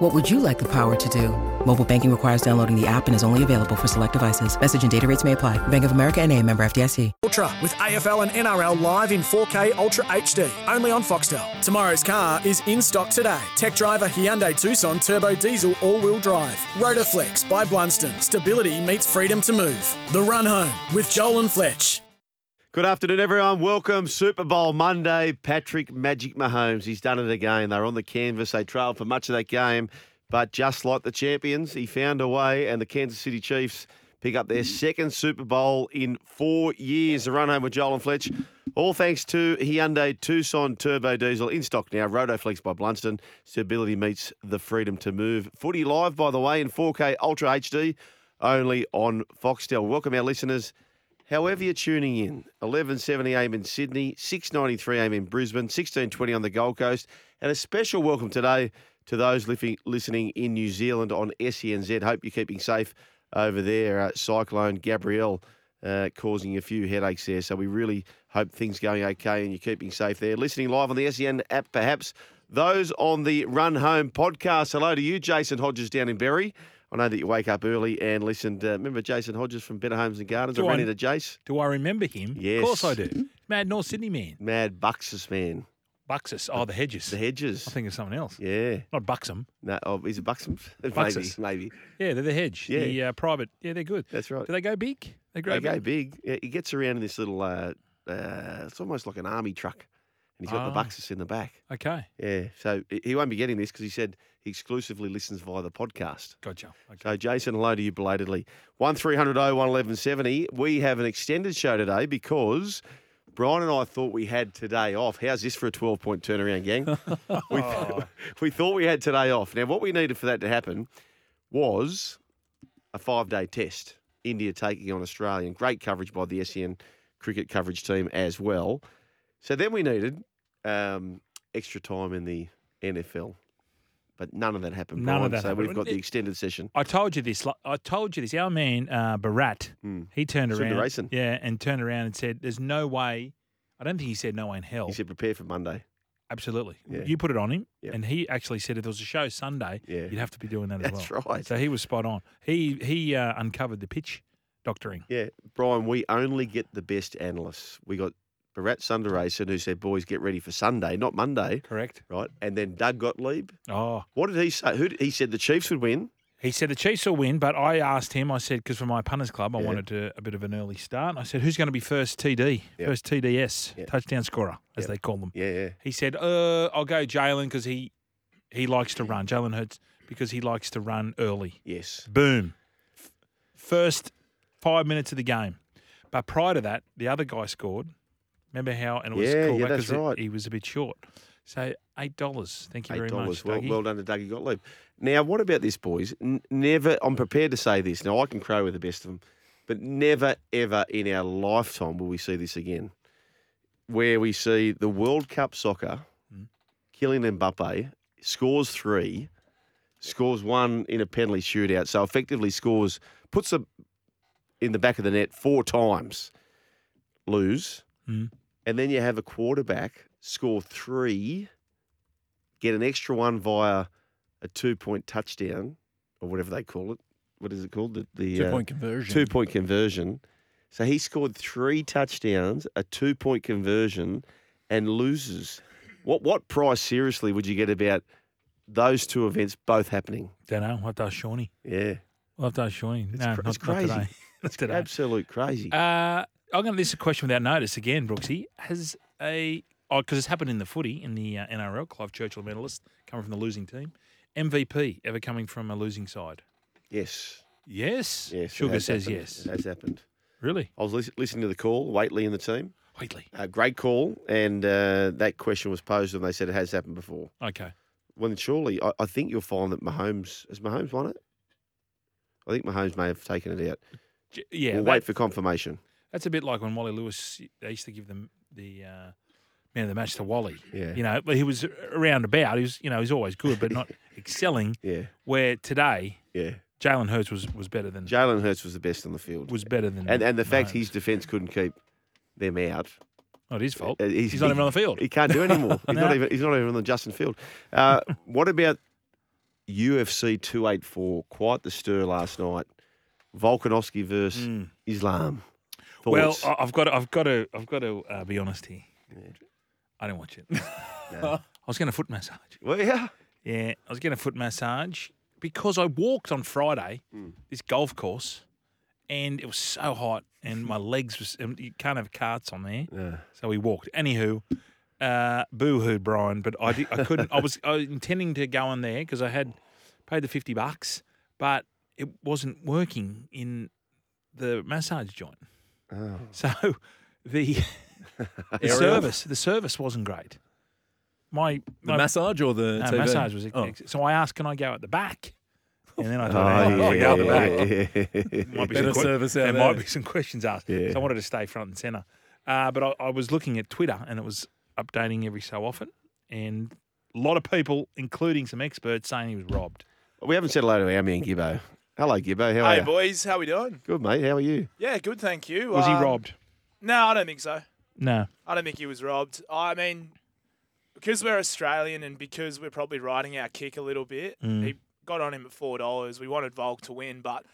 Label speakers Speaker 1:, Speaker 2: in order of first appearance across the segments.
Speaker 1: What would you like the power to do? Mobile banking requires downloading the app and is only available for select devices. Message and data rates may apply. Bank of America and a member FDIC.
Speaker 2: Ultra with AFL and NRL live in 4K Ultra HD, only on Foxtel. Tomorrow's car is in stock today. Tech driver Hyundai Tucson Turbo Diesel All-Wheel Drive. Rotoflex by Blunston. Stability meets freedom to move. The Run Home with Joel and Fletch.
Speaker 3: Good afternoon, everyone. Welcome Super Bowl Monday. Patrick Magic Mahomes. He's done it again. They're on the canvas. They trailed for much of that game, but just like the champions, he found a way, and the Kansas City Chiefs pick up their second Super Bowl in four years. The run home with Joel and Fletch. All thanks to Hyundai Tucson Turbo Diesel in stock now. Rotoflex by Blunston. Stability meets the freedom to move. Footy live, by the way, in 4K Ultra HD, only on Foxtel. Welcome our listeners. However you're tuning in, 11:70 a.m. in Sydney, 6:93 a.m. in Brisbane, 16:20 on the Gold Coast, and a special welcome today to those lifi- listening in New Zealand on SENZ. Hope you're keeping safe over there. Uh, Cyclone Gabrielle uh, causing a few headaches there, so we really hope things going okay and you're keeping safe there. Listening live on the SEN app, perhaps those on the Run Home podcast. Hello to you, Jason Hodges down in Berry. I know that you wake up early and listen. To, remember Jason Hodges from Better Homes and Gardens? I
Speaker 4: Do
Speaker 3: ran
Speaker 4: I-
Speaker 3: into Jace.
Speaker 4: Do I remember him?
Speaker 3: Yes.
Speaker 4: Of course I do. Mad North Sydney man.
Speaker 3: Mad Buxus man.
Speaker 4: Buxus. Oh, the Hedges.
Speaker 3: The Hedges.
Speaker 4: I think it's someone else.
Speaker 3: Yeah.
Speaker 4: Not Buxom.
Speaker 3: No, oh, is it Buxom?
Speaker 4: Buxus.
Speaker 3: Maybe. Maybe.
Speaker 4: Yeah, they're the Hedge.
Speaker 3: Yeah.
Speaker 4: The uh, private. Yeah, they're good.
Speaker 3: That's right.
Speaker 4: Do they go big? They grow
Speaker 3: They go
Speaker 4: big.
Speaker 3: big. Yeah, he gets around in this little, uh, uh, it's almost like an army truck. And he's got the
Speaker 4: Ah.
Speaker 3: Buxus in the back.
Speaker 4: Okay.
Speaker 3: Yeah. So he- he won't be getting this because he said he exclusively listens via the podcast.
Speaker 4: Gotcha. Okay.
Speaker 3: So, Jason, hello to you belatedly. 1300 01 1170. We have an extended show today because Brian and I thought we had today off. How's this for a 12 point turnaround, gang? we, th- we thought we had today off. Now, what we needed for that to happen was a five day test. India taking on Australia. And great coverage by the SEN cricket coverage team as well. So then we needed um, extra time in the NFL. But none of that happened,
Speaker 4: None of
Speaker 3: Brian.
Speaker 4: that
Speaker 3: so
Speaker 4: happened.
Speaker 3: we've got the
Speaker 4: It-
Speaker 3: extended session.
Speaker 4: I told you this. like, I told you this. Our man uh, Barat,
Speaker 3: Mm.
Speaker 4: he turned around.
Speaker 3: Sundaresan.
Speaker 4: Yeah, and turned around and said, "There's no way." I don't think he said no way in hell.
Speaker 3: He said, prepare for Monday.
Speaker 4: Absolutely.
Speaker 3: Yeah.
Speaker 4: You put it on him,
Speaker 3: Yep.
Speaker 4: and he actually said if there was a show Sunday,
Speaker 3: Yeah.
Speaker 4: you'd have to be doing that as well.
Speaker 3: That's right.
Speaker 4: So he was spot on. He he uh, uncovered the pitch doctoring.
Speaker 3: Yeah, Brian, we only get the best analysts. We got Barat Sundaresan who said, boys, get ready for Sunday, not Monday,
Speaker 4: Correct.
Speaker 3: right? And then Doug Gottlieb.
Speaker 4: Oh,
Speaker 3: What did he say? Who did, he said the Chiefs would win.
Speaker 4: he said the Chiefs will win, but I asked him. I said because for my punters club, I
Speaker 3: Yeah.
Speaker 4: wanted to, a bit of an early start. And I said, who's going to be first TD,
Speaker 3: Yep.
Speaker 4: first TDS,
Speaker 3: Yep.
Speaker 4: touchdown scorer, as
Speaker 3: Yep.
Speaker 4: they call them.
Speaker 3: Yeah, yeah.
Speaker 4: He said, uh, I'll go Jalen because he he likes to run. Jalen Hurts because he likes to run early.
Speaker 3: Yes.
Speaker 4: Boom. F- First five minutes of the game. But prior to that, the other guy scored. Remember how? And it was
Speaker 3: Yeah,
Speaker 4: cool
Speaker 3: yeah,
Speaker 4: back
Speaker 3: that's
Speaker 4: 'cause it-
Speaker 3: right.
Speaker 4: He was a bit short. So eight dollars. Thank you
Speaker 3: Eight
Speaker 4: very much.
Speaker 3: dollars. Well,
Speaker 4: Dougie.
Speaker 3: well done to Dougie Gottlieb. Now, what about this, boys? N- never. I'm prepared to say this. Now, I can crow with the best of them, but never, ever in our lifetime will we see this again, where we see the World Cup soccer
Speaker 4: Hmm.
Speaker 3: killing Mbappe scores three, scores one in a penalty shootout, so effectively scores puts a in the back of the net four times, lose,
Speaker 4: Mm.
Speaker 3: and then you have a quarterback score three get an extra one via a two point touchdown or whatever they call it. What is it called? The, the
Speaker 5: Two
Speaker 3: uh,
Speaker 5: point conversion.
Speaker 3: two point conversion. So he scored three touchdowns, a two point conversion, and loses. What what price seriously would you get about those two events both happening?
Speaker 4: Don't know. I'll have to ask Shawnee.
Speaker 3: Yeah,
Speaker 4: I'll have to ask Shawnee.
Speaker 3: It's
Speaker 4: no,
Speaker 3: cra-
Speaker 4: not,
Speaker 3: it's crazy.
Speaker 4: Not today. not today.
Speaker 3: absolute crazy.
Speaker 4: Uh, I'm going to list a question without notice again, Brooksy. Has a oh because it's happened in the footy in the uh, NRL. Clive Churchill medalist coming from the losing team. MVP ever coming from a losing side?
Speaker 3: yes,
Speaker 4: Yes.
Speaker 3: yes. it
Speaker 4: Sugar
Speaker 3: has
Speaker 4: says
Speaker 3: happened.
Speaker 4: yes.
Speaker 3: It has happened.
Speaker 4: Really?
Speaker 3: I was lis- listening to the call, Waitley and the team.
Speaker 4: Wheatley.
Speaker 3: Uh, great call, and uh, that question was posed, and they said it has happened before.
Speaker 4: Okay.
Speaker 3: Well, then surely, I, I think you'll find that Mahomes has Mahomes won it. I think Mahomes may have taken it out.
Speaker 4: J- Yeah.
Speaker 3: we'll
Speaker 4: that-
Speaker 3: wait for confirmation.
Speaker 4: That's a bit like when Wally Lewis they used to give them the uh, man of the match to Wally.
Speaker 3: Yeah.
Speaker 4: You know, but he was around about. He was you know he's always good, but not excelling.
Speaker 3: Yeah.
Speaker 4: Where today
Speaker 3: Yeah.
Speaker 4: Jalen Hurts was was better than
Speaker 3: Jalen Hurts was the best on the field.
Speaker 4: was better than
Speaker 3: and and the fact
Speaker 4: Mahomes.
Speaker 3: his defense couldn't keep them out.
Speaker 4: not his fault.
Speaker 3: uh,
Speaker 4: He's, not even on the field.
Speaker 3: He can't do anymore. He's
Speaker 4: No.
Speaker 3: not even. He's not even on the Justin Field. Uh, what about UFC 284? Quite the stir last night. Volkanovski versus
Speaker 4: Hmm.
Speaker 3: Islam.
Speaker 4: well,
Speaker 3: Thoughts?
Speaker 4: I- I've got to, I've got to I've got to uh, be honest here. I don't watch it. I was getting a foot massage.
Speaker 3: well, yeah.
Speaker 4: Yeah, I was getting a foot massage because I walked on Friday
Speaker 3: Hmm.
Speaker 4: this golf course, and it was so hot, and my legs was and you can't have carts on there, so we walked. Anywho, uh, boo hoo, Brian, but I did, I couldn't. I was I was intending to go on there because I had paid the fifty bucks, but it wasn't working in the massage joint. So the the service the service wasn't great. My
Speaker 5: The
Speaker 4: my
Speaker 5: massage or the
Speaker 4: no,
Speaker 5: TV?
Speaker 4: massage was.
Speaker 5: Oh.
Speaker 4: So I asked, can I go at the back? And then I
Speaker 3: Oh,
Speaker 4: thought, hey, I'll go at the
Speaker 3: yeah,
Speaker 4: back.
Speaker 3: yeah, yeah.
Speaker 4: Might be
Speaker 5: Better
Speaker 4: some que-
Speaker 5: service out
Speaker 4: there
Speaker 5: there.
Speaker 4: might be some questions asked.
Speaker 3: uh, Yeah.
Speaker 4: So I wanted to stay front and centre. Uh, but I, I was looking at Twitter and it was updating every so often. And a lot of people, including some experts, saying he was robbed.
Speaker 3: We haven't said hello to our man Gibbo. Hello, Gibbo. How are
Speaker 6: Hey
Speaker 3: you?
Speaker 6: boys, how we doing?
Speaker 3: Good mate. How are you?
Speaker 6: Yeah, good, thank you.
Speaker 4: Was
Speaker 6: Um,
Speaker 4: he robbed?
Speaker 6: No, I don't think so.
Speaker 4: No.
Speaker 6: I don't think he was robbed. I mean, because we're Australian and because we're probably riding our kick a little bit, he got on him at four dollars. We wanted Volk to win, but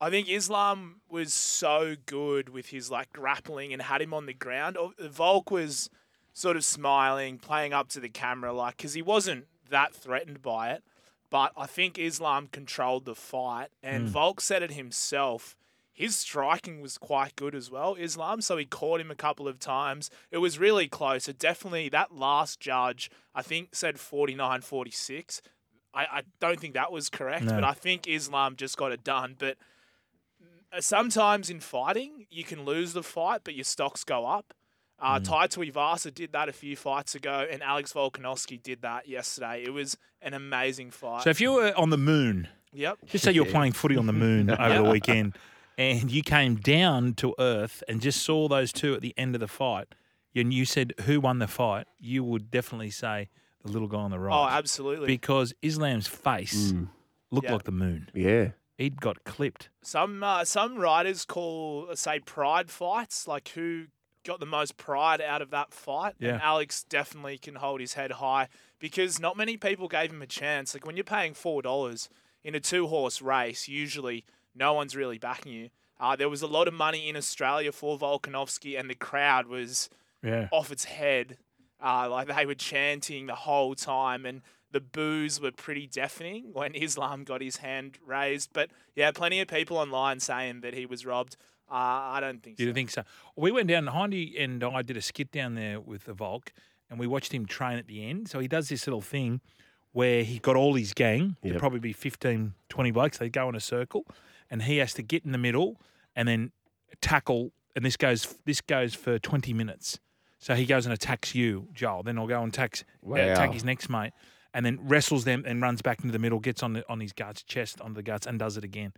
Speaker 6: I think Islam was so good with his like grappling and had him on the ground. Oh, Volk was sort of smiling, playing up to the camera, like because he wasn't that threatened by it. But I think Islam controlled the fight, and Volk said it himself. His striking was quite good as well, Islam. So he caught him a couple of times. It was really close. It definitely, that last judge, I think, said 49 46. I, I don't think that was correct,
Speaker 4: No.
Speaker 6: but I think Islam just got it done. But uh, sometimes in fighting, you can lose the fight, but your stocks go up. Uh,
Speaker 4: Mm.
Speaker 6: Tai Tuivasa did that a few fights ago, and Alex Volkanovski did that yesterday. It was an amazing fight.
Speaker 4: So if you were on the moon,
Speaker 6: yep.
Speaker 4: just say you were playing footy on the moon over the weekend and you came down to earth and just saw those two at the end of the fight and you said who won the fight you would definitely say the little guy on the right
Speaker 6: Oh, absolutely.
Speaker 4: because islam's face looked
Speaker 6: Yeah.
Speaker 4: like the moon
Speaker 3: Mm. Yeah.
Speaker 4: he'd got clipped
Speaker 6: Some uh, some writers call uh, say pride fights, like who got the most pride out of that fight.
Speaker 4: Yeah.
Speaker 6: And Alex definitely can hold his head high because not many people gave him a chance. Like when you're paying four dollars in a two horse race, usually no one's really backing you. Uh, there was a lot of money in Australia for Volkanovski, and the crowd was
Speaker 4: yeah
Speaker 6: off its head. Uh, like they were chanting the whole time, and the boos were pretty deafening when Islam got his hand raised. But yeah, plenty of people online saying that he was robbed. Uh, I don't think
Speaker 4: you
Speaker 6: so.
Speaker 4: don't think so we went down hindy and i did a skit down there with the volk and we watched him train at the end so he does this little thing where he got all his gang. There'd
Speaker 3: Yep.
Speaker 4: probably be 15, 20 blokes. They go in a circle, and he has to get in the middle and then tackle. And this goes this goes for twenty minutes. So he goes and attacks you, Joel. Then he'll go and attacks
Speaker 3: Wow.
Speaker 4: attack his next mate, and then wrestles them and runs back into the middle, gets on the, on his guts chest, onto the guts, and does it again.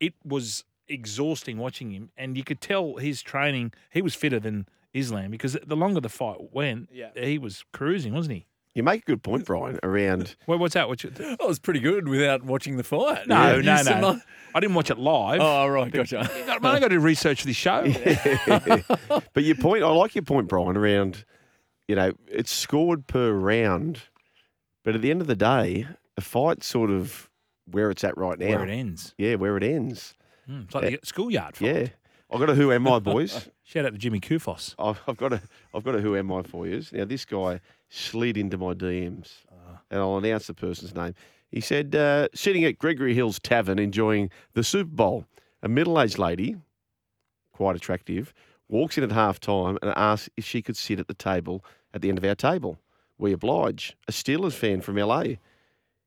Speaker 4: It was exhausting watching him, and you could tell his training. He was fitter than Islam because the longer the fight went,
Speaker 6: Yeah.
Speaker 4: he was cruising, wasn't he?
Speaker 3: You make a good point, Brian. Around
Speaker 4: Well, what's that? What's your,
Speaker 5: I was pretty good without watching the fight.
Speaker 4: No,
Speaker 5: You
Speaker 4: no,
Speaker 5: semi-
Speaker 4: no. I didn't watch it live.
Speaker 5: Oh, right, gotcha.
Speaker 4: I mean, I got to research for this show.
Speaker 3: But your point, I like your point, Brian, around, you know, it's scored per round, but at the end of the day, a fight's sort of where it's at right now.
Speaker 4: Where it ends.
Speaker 3: Yeah, where it ends.
Speaker 4: Mm, it's like the schoolyard fight.
Speaker 3: Yeah. I've got a Who Am I, boys.
Speaker 4: Shout out to Jimmy Kufos.
Speaker 3: I've, I've got a I've got a Who Am I for you. Now, this guy slid into my DMs,
Speaker 4: Ah.
Speaker 3: and I'll announce the person's name. He said, uh, sitting at Gregory Hill's Tavern enjoying the Super Bowl, a middle aged lady, quite attractive, walks in at half time and asks if she could sit at the table at the end of our table. We oblige. A Steelers fan from LA.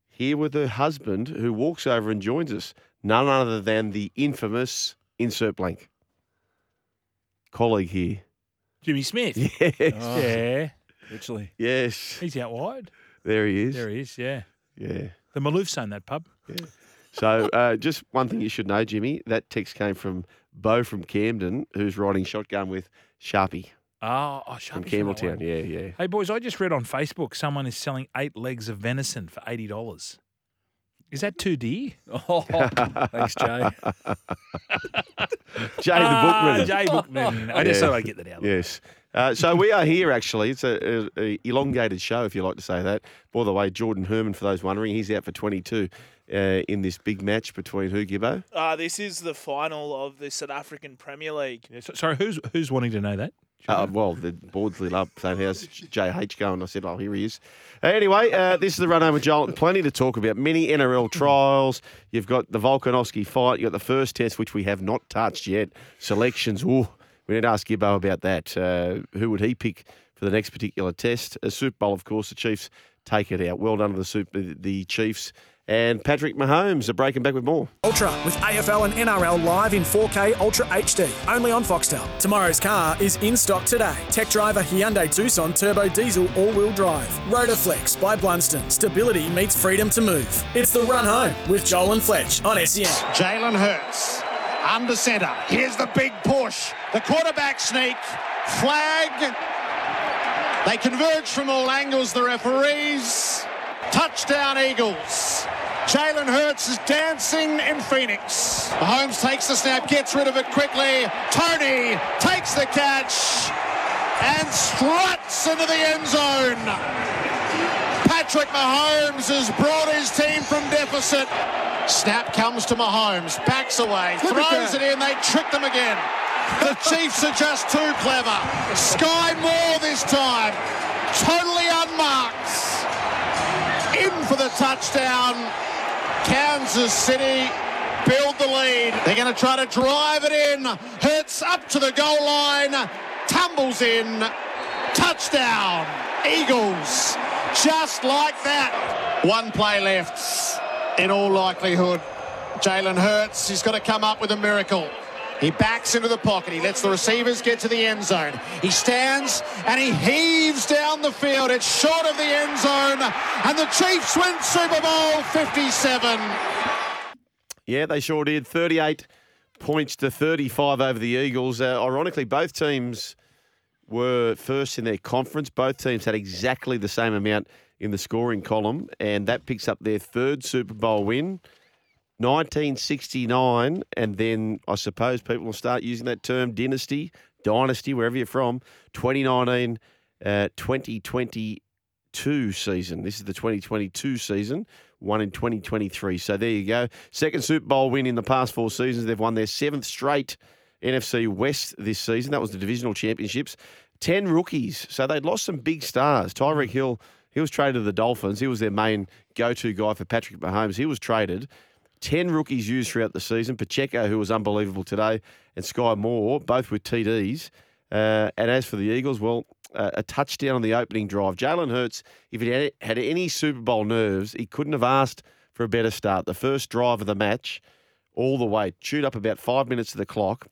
Speaker 3: Here with her husband, who walks over and joins us, none other than the infamous insert blank colleague here.
Speaker 4: Jimmy Smith.
Speaker 3: Yes.
Speaker 5: Oh.
Speaker 4: Yeah.
Speaker 5: Literally.
Speaker 3: Yes.
Speaker 4: He's out wide.
Speaker 3: There he is.
Speaker 4: There he is, yeah.
Speaker 3: Yeah.
Speaker 4: The Maloofs own that pub.
Speaker 3: So, uh, just one thing you should know, Jimmy, that text came from Bo from Camden, who's riding shotgun with Sharpie
Speaker 4: Oh, oh
Speaker 3: from
Speaker 4: Sharpie
Speaker 3: Campbelltown. Yeah, yeah.
Speaker 4: Hey boys, I just read on Facebook someone is selling eight legs of venison for eighty dollars. Is that too dear?
Speaker 5: Oh, thanks, Jay.
Speaker 3: Jay the Bookman.
Speaker 4: Jay Bookman. I just
Speaker 3: Yeah.
Speaker 4: thought I'd get that out.
Speaker 3: Yes. Uh, so we are here, actually. It's a, a, a elongated show, if you like to say that. By the way, Jordan Herman, for those wondering, he's out for 22 uh, in this big match between who, Gibbo?
Speaker 6: Uh, this is the final of the South African Premier League.
Speaker 4: Yeah, so, sorry, who's who's wanting to know that?
Speaker 3: Uh, well, the Bordsley Love, so how's JH going? I said, oh, here he is. Anyway, uh, this is the run home with Joel. Plenty to talk about. Many NRL trials. You've got the Volkanovski fight. You've got the first test, which we have not touched yet. Selections. Ooh, we need to ask Gibbo about that. Uh, who would he pick for the next particular test? A Super Bowl, of course. The Chiefs take it out. Well done to the, super, the Chiefs. And Patrick Mahomes are breaking back with more.
Speaker 2: Ultra with AFL and NRL live in 4K Ultra HD, only on Foxtel. Tomorrow's car is in stock today. Tech driver Hyundai Tucson Turbo Diesel All Wheel Drive. Rotaflex by Blunston. Stability meets freedom to move. It's the run home with Joel and Fletch on E SEN.
Speaker 7: Jalen Hurts under center. Here's the big push. The quarterback sneak. Flag. They converge from all angles, the referees. Touchdown, Eagles. Jalen Hurts is dancing in Phoenix. Mahomes takes the snap, gets rid of it quickly. Tony takes the catch and struts into the end zone. Patrick Mahomes has brought his team from deficit. Snap comes to Mahomes, backs away, throws it in, they trick them again. The Chiefs are just too clever. Sky Moore this time, totally unmarked. In for the touchdown. Kansas City build the lead. They're going to try to drive it in. Hurts up to the goal line, tumbles in. Touchdown, Eagles. Just like that. One play left in all likelihood. Jalen Hurts, he's got to come up with a miracle. He backs into the pocket. He lets the receivers get to the end zone. He stands and he heaves down the field. It's short of the end zone. And the Chiefs win Super Bowl 57.
Speaker 3: Yeah, they sure did. 38 points to 35 over the Eagles. Uh, ironically, both teams were first in their conference. Both teams had exactly the same amount in the scoring column, and that picks up their third Super Bowl win. 1969, and then I suppose people will start using that term dynasty, dynasty, wherever you're from. 2019, uh, 2020, 2022 season. This is the 2022 season, one in 2023. So there you go. Second Super Bowl win in the past four seasons. They've won their seventh straight NFC West this season. That was the divisional championships. 10 rookies. So they'd lost some big stars. Tyreek Hill, he was traded to the Dolphins. He was their main go to guy for Patrick Mahomes. He was traded. 10 rookies used throughout the season. Pacheco, who was unbelievable today, and Sky Moore, both with TDs. Uh, and as for the Eagles, well, uh, a touchdown on the opening drive. Jalen Hurts, if he had, had any Super Bowl nerves, he couldn't have asked for a better start. The first drive of the match, all the way, chewed up about five minutes of the clock,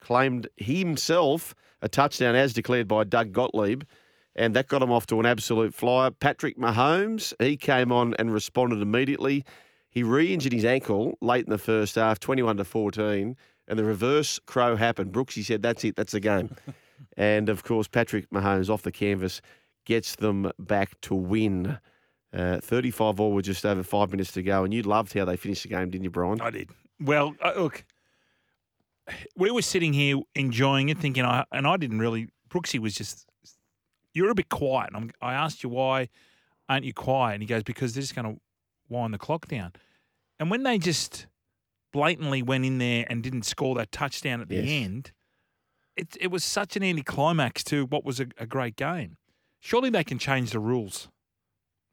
Speaker 3: claimed himself a touchdown as declared by Doug Gottlieb, and that got him off to an absolute flyer. Patrick Mahomes, he came on and responded immediately. He re-injured his ankle late in the first half, 21 to 14, and the reverse crow happened. Brooksy said, "That's it, that's the game." and of course, Patrick Mahomes off the canvas gets them back to win. Uh, 35 all with just over five minutes to go, and you loved how they finished the game, didn't you, Brian?
Speaker 4: I did. Well, uh, look, we were sitting here enjoying it, thinking, I and I didn't really. Brooksy was just, you were a bit quiet. And I'm, I asked you why aren't you quiet, and he goes because they're just going to wind the clock down. And when they just blatantly went in there and didn't score that touchdown at
Speaker 3: Yes.
Speaker 4: the end, it it was such an anticlimax to what was a, a great game. Surely they can change the rules.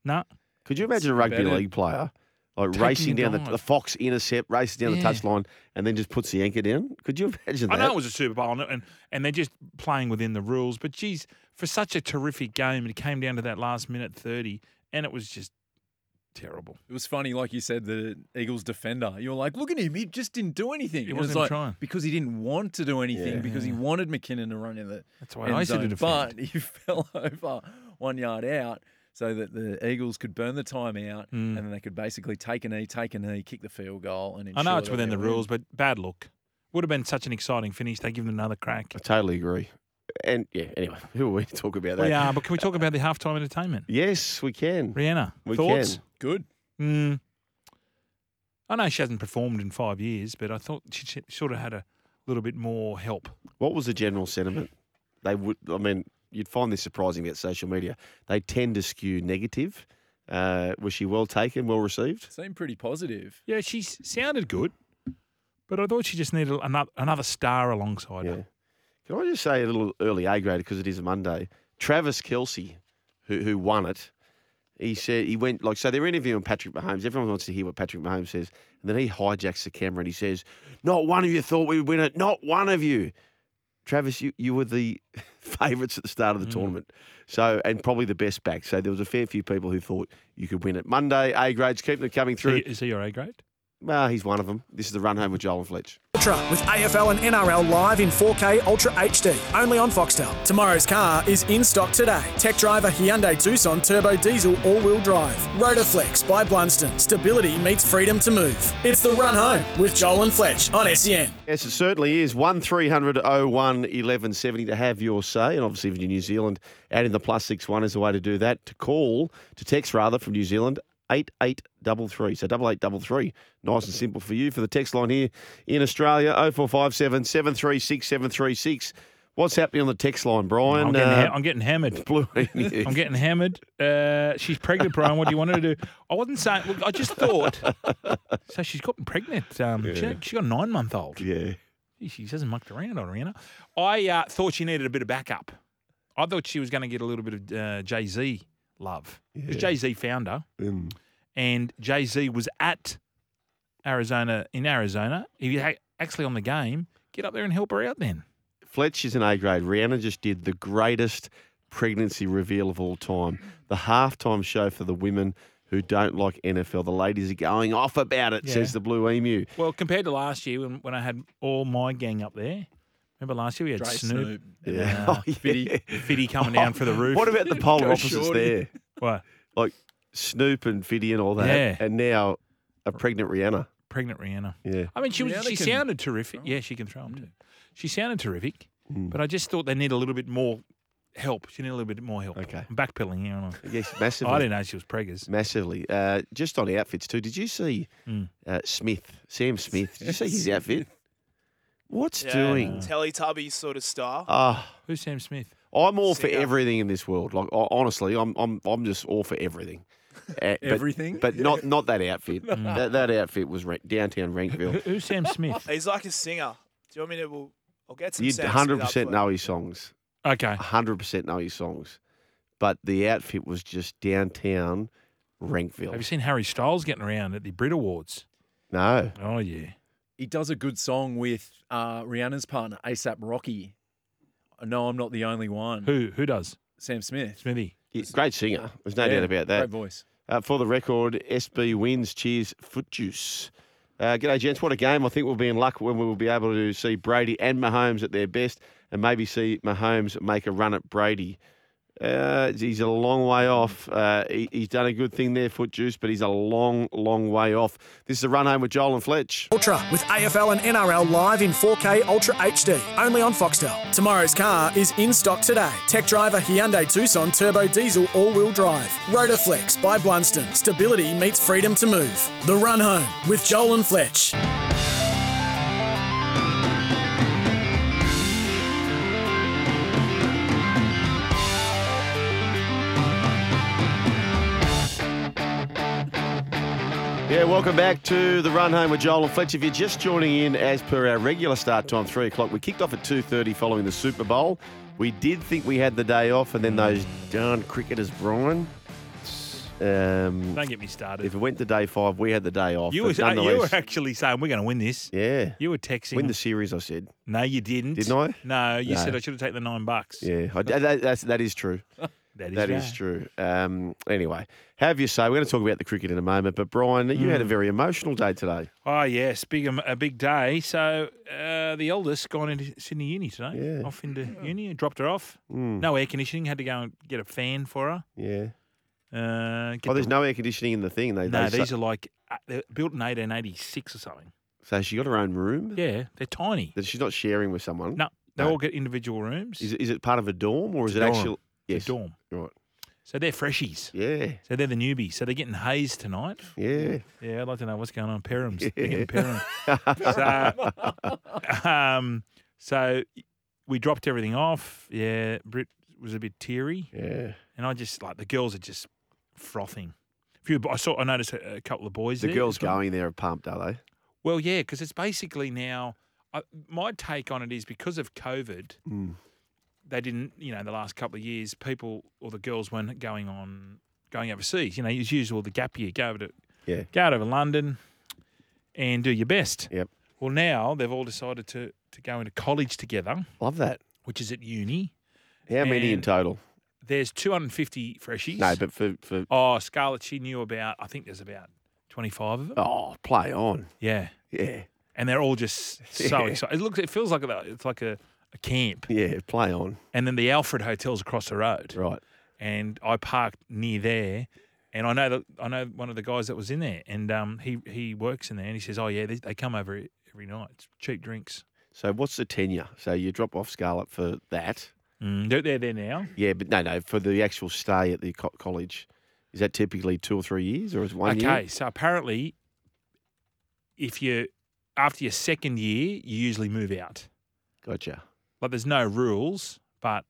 Speaker 4: No,
Speaker 3: Could you imagine a rugby
Speaker 5: better.
Speaker 3: league player like
Speaker 4: Taking
Speaker 3: racing
Speaker 4: a
Speaker 3: down the,
Speaker 4: dive.
Speaker 3: the fox intercept, races down the
Speaker 4: Yeah.
Speaker 3: touchline, and then just puts the anchor down? Could you imagine
Speaker 4: I
Speaker 3: that?
Speaker 4: know it was a Super Bowl, and- and and they're just playing within the rules. But geez, for such a terrific game, it came down to that last minute thirty, and it was just terrible.
Speaker 5: It was funny, like you said, the Eagles defender. You're like, look at him. He just didn't do anything.
Speaker 4: He
Speaker 5: And
Speaker 4: wasn't
Speaker 5: it's like,
Speaker 4: trying.
Speaker 5: Because he didn't want to do anything,
Speaker 3: Yeah.
Speaker 5: because he wanted McKinnon to run in the
Speaker 4: That's the way
Speaker 5: end
Speaker 4: I used to
Speaker 5: zone,
Speaker 4: do defend.
Speaker 5: But he fell over one yard out so that the Eagles could burn the timeout and then they could basically take a knee, take a knee, kick the field goal. and
Speaker 4: Hmm. I know
Speaker 5: ensure
Speaker 4: it's
Speaker 5: that
Speaker 4: within
Speaker 5: they
Speaker 4: the
Speaker 5: win.
Speaker 4: rules, but bad look. Would have been such an exciting finish. They give them another crack.
Speaker 3: I totally agree. And yeah, anyway, who are we to talk about that?
Speaker 4: We are, but can we talk about the halftime entertainment?
Speaker 3: Yes, we can.
Speaker 4: Rihanna,
Speaker 3: We
Speaker 4: thoughts?
Speaker 3: can.
Speaker 5: Good.
Speaker 4: Mm. I know she hasn't performed in five years, but I thought she, she sort of had a little bit more help.
Speaker 3: What was the general sentiment? They would. I mean, you'd find this surprising about social media. They tend to skew negative. Uh, was she well taken? Well received?
Speaker 5: Seemed pretty positive.
Speaker 4: Yeah, she s- sounded good, but I thought she just needed another, another star alongside
Speaker 3: Yeah.
Speaker 4: her.
Speaker 3: Can I just say a little early A grade because it is a Monday? Travis Kelsey, who who won it, he said he went like so. They're interviewing Patrick Mahomes. Everyone wants to hear what Patrick Mahomes says, and then he hijacks the camera and he says, "Not one of you thought we'd win it. Not one of you." Travis, you, you were the favourites at the start
Speaker 4: Mm.
Speaker 3: of the tournament, so and probably the best back. So there was a fair few people who thought you could win it. Monday A grades keep them coming
Speaker 4: Is
Speaker 3: through.
Speaker 4: he- Is he your A grade?
Speaker 3: Well, he's one of them. This is the run home with Joel and Fletch.
Speaker 2: Ultra with AFL and NRL live in 4K Ultra HD, only on Foxtel. Tomorrow's car is in stock today. Tech driver Hyundai Tucson Turbo Diesel All Wheel Drive. Rotoflex by Blunston. Stability meets freedom to move. It's the run home with Joel and Fletch on E SEN.
Speaker 3: Yes, it certainly is. 1300 01 1170 to have your say. And obviously, if you're New Zealand, adding the plus 61 is the way to do that. To call, to text rather, from New Zealand, 8833. So 8833. Nice and simple for you. For the text line here in Australia, 0457 736 736. What's happening on the text line, Brian?
Speaker 4: I'm, getting,
Speaker 3: Uh,
Speaker 4: ha- I'm getting hammered.
Speaker 3: blue.
Speaker 4: I'm getting hammered. Uh, she's pregnant, Brian. What do you want her to do? I wasn't saying. Look, I just thought. uh, So she's gotten pregnant. Um, she, she got a nine month old.
Speaker 3: yeah.
Speaker 4: Gee, She hasn't mucked around on Rihanna. I uh, thought she needed a bit of backup. I thought she was going to get a little bit of uh, Jay Z love. Because Jay Z found her, and Jay Z was at Arizona in Arizona. He was ac- actually on the game. Get up there and help her out then.
Speaker 3: Fletch is an A grade. Rihanna just did the greatest pregnancy reveal of all time. The halftime show for the women who don't like NFL. The ladies are going off about it, says the Blue Emu.
Speaker 4: Well, compared to last year when, when I had all my gang up there, remember last year we had
Speaker 5: Dre
Speaker 4: Snoop,
Speaker 5: Snoop.
Speaker 3: Yeah.
Speaker 4: Uh,
Speaker 3: Fitty.
Speaker 4: Fiddy coming down for the roof.
Speaker 3: What about the polar
Speaker 5: Go
Speaker 3: opposites
Speaker 5: shorty.
Speaker 3: there?
Speaker 4: What?
Speaker 3: Like Snoop and Fiddy and all that.
Speaker 4: Yeah.
Speaker 3: And now a pregnant Rihanna.
Speaker 4: pregnant Rihanna?
Speaker 3: Yeah.
Speaker 4: I mean, she was,
Speaker 5: Rihanna
Speaker 4: she
Speaker 5: can
Speaker 4: sounded terrific. Yeah, she can throw them too. She sounded terrific,
Speaker 3: Mm.
Speaker 4: but I just thought they need a little bit more help. She needed a little bit more help.
Speaker 3: Okay.
Speaker 4: I'm backpedaling here. aren't
Speaker 3: Yes,
Speaker 4: I,
Speaker 3: massively.
Speaker 4: I didn't know she was preggers.
Speaker 3: Massively. Uh, just on outfits too. Did you see
Speaker 4: Mm.
Speaker 3: uh, Smith, Sam Smith? Did you see his outfit? What's
Speaker 6: Yeah,
Speaker 3: doing?
Speaker 6: Teletubby sort of style.
Speaker 3: Ah.
Speaker 4: Who's Sam Smith?
Speaker 3: I'm all for
Speaker 6: Singer.
Speaker 3: everything in this world. Like ho- honestly, I'm I'm I'm just all for everything. Uh, but-
Speaker 5: Everything?
Speaker 3: but, not not that outfit.
Speaker 4: Mm.
Speaker 3: that, that outfit was ra- downtown Rankville.
Speaker 4: Who's Sam Smith?
Speaker 6: He's like a singer. Do you want me to? We'll, I'll get some.
Speaker 3: You'd
Speaker 6: Sam Smith
Speaker 3: hundred
Speaker 6: up for
Speaker 3: percent
Speaker 6: it.
Speaker 3: know his songs.
Speaker 4: Okay.
Speaker 3: hundred percent know his songs. But the outfit was just downtown Rankville.
Speaker 4: Have you seen Harry Styles getting around at the Brit Awards?
Speaker 3: no,
Speaker 4: Oh yeah.
Speaker 5: He does a good song with uh, Rihanna's partner, ASAP Rocky. No, I'm not the only one.
Speaker 4: Who who does?
Speaker 5: Sam Smith.
Speaker 4: Smithy.
Speaker 3: He- great singer. There's no
Speaker 5: Yeah,
Speaker 3: doubt about that.
Speaker 5: Great voice.
Speaker 3: Uh, for the record, SB wins. Cheers, foot juice. Uh, g'day, gents. What a game. I think we'll be in luck when we will be able to see Brady and Mahomes at their best and maybe see Mahomes make a run at Brady. Uh, he's a long way off. Uh, he, he's done a good thing there, foot juice, but he's a long, long way off. This is a run home with Joel and Fletch.
Speaker 2: Ultra with AFL and NRL live in 4K Ultra HD, only on Foxtel. Tomorrow's car is in stock today. Tech driver Hyundai Tucson Turbo Diesel All Wheel Drive. Rotoflex by Blunston. Stability meets freedom to move. The Run Home with Joel and Fletch.
Speaker 3: Yeah, welcome back to the run home with Joel and Fletch. If you're just joining in, as per our regular start time, three o'clock, we kicked off at two thirty following the Super Bowl. We did think we had the day off, and then those darn cricketers, Brian. Um,
Speaker 4: Don't get me started.
Speaker 3: if it went to day five, we had Oh, the day off.
Speaker 4: you
Speaker 3: but
Speaker 4: were you were
Speaker 3: nonetheless-
Speaker 4: actually saying we're going to win this.
Speaker 3: yeah,
Speaker 4: You were texting.
Speaker 3: win the series. I said,
Speaker 4: no, you didn't.
Speaker 3: Didn't I?
Speaker 4: No, you
Speaker 3: No.
Speaker 4: said I should have taken the nine bucks.
Speaker 3: yeah, I, that, that's, that is true.
Speaker 4: That is
Speaker 3: That is
Speaker 4: right.
Speaker 3: true. Um, anyway, have your say. We're going to talk about the cricket in a moment, but Brian, you had a
Speaker 4: Hmm.
Speaker 3: very emotional day today.
Speaker 4: Oh yes, big em- a big day. So uh, the eldest gone into Sydney Uni today.
Speaker 3: Yeah. Hmm.
Speaker 4: Off into uni and dropped her off. No air conditioning. Had to go and get a fan for her.
Speaker 3: Yeah.
Speaker 4: Uh, get
Speaker 3: Oh, there's
Speaker 4: the-
Speaker 3: no air conditioning in the thing. They,
Speaker 4: no.
Speaker 3: they
Speaker 4: these are like uh, they're built in 1886 or something.
Speaker 3: So she got her own room
Speaker 4: Yeah, they're tiny.
Speaker 3: that she's not sharing with someone.
Speaker 4: No, they
Speaker 3: No.
Speaker 4: all get individual rooms.
Speaker 3: Is it, is it part of a dorm or is it
Speaker 4: dorm.
Speaker 3: actual?
Speaker 4: It's a dorm.
Speaker 3: Right.
Speaker 4: So they're freshies.
Speaker 3: Yeah.
Speaker 4: So they're the newbies. So they're getting hazed tonight.
Speaker 3: Yeah.
Speaker 4: Yeah, I'd like to know what's going on. Perums. They're getting Perham. so, um, so we dropped everything off. Yeah, Brit was a bit teary,
Speaker 3: Yeah.
Speaker 4: and I just like the girls are just frothing. A few, I saw, I noticed a, a couple of boys.
Speaker 3: The
Speaker 4: there
Speaker 3: girls
Speaker 4: as well.
Speaker 3: going there are pumped, are they?
Speaker 4: Well, yeah, because it's basically now. I, my take on it is because of COVID, they didn't. You know, the last couple of years, people or the girls weren't going on going overseas. You know, as usual, the gap year, go over to
Speaker 3: Yeah.
Speaker 4: go out over London, and do your best.
Speaker 3: Yep.
Speaker 4: Well, now they've all decided to to go into college together,
Speaker 3: Love that.
Speaker 4: which is at uni.
Speaker 3: How many in
Speaker 4: And-
Speaker 3: total?
Speaker 4: There's 250 freshies.
Speaker 3: No, but for, for
Speaker 4: oh, Scarlett, she knew about. I think there's about 25 of them.
Speaker 3: oh, play on.
Speaker 4: Yeah.
Speaker 3: Yeah.
Speaker 4: and they're all just so
Speaker 3: Yeah.
Speaker 4: excited. It looks, it feels like a, it's like a, a camp.
Speaker 3: Yeah, play on.
Speaker 4: And then the Alfred Hotel's across the road,
Speaker 3: Right.
Speaker 4: and I parked near there. And I know that I know one of the guys that was in there, and um, he he works in there, and he says, "Oh yeah, they, they come over every night. It's cheap drinks.
Speaker 3: So what's the tenure? So you drop off Scarlett for that.
Speaker 4: Mm, they're, they're there now.
Speaker 3: Yeah, but no, no, for the actual stay at the co- college. Is that typically two or three years or is one year?
Speaker 4: okay, so apparently, if you after your second year, you usually move out.
Speaker 3: Gotcha.
Speaker 4: Like there's no rules, but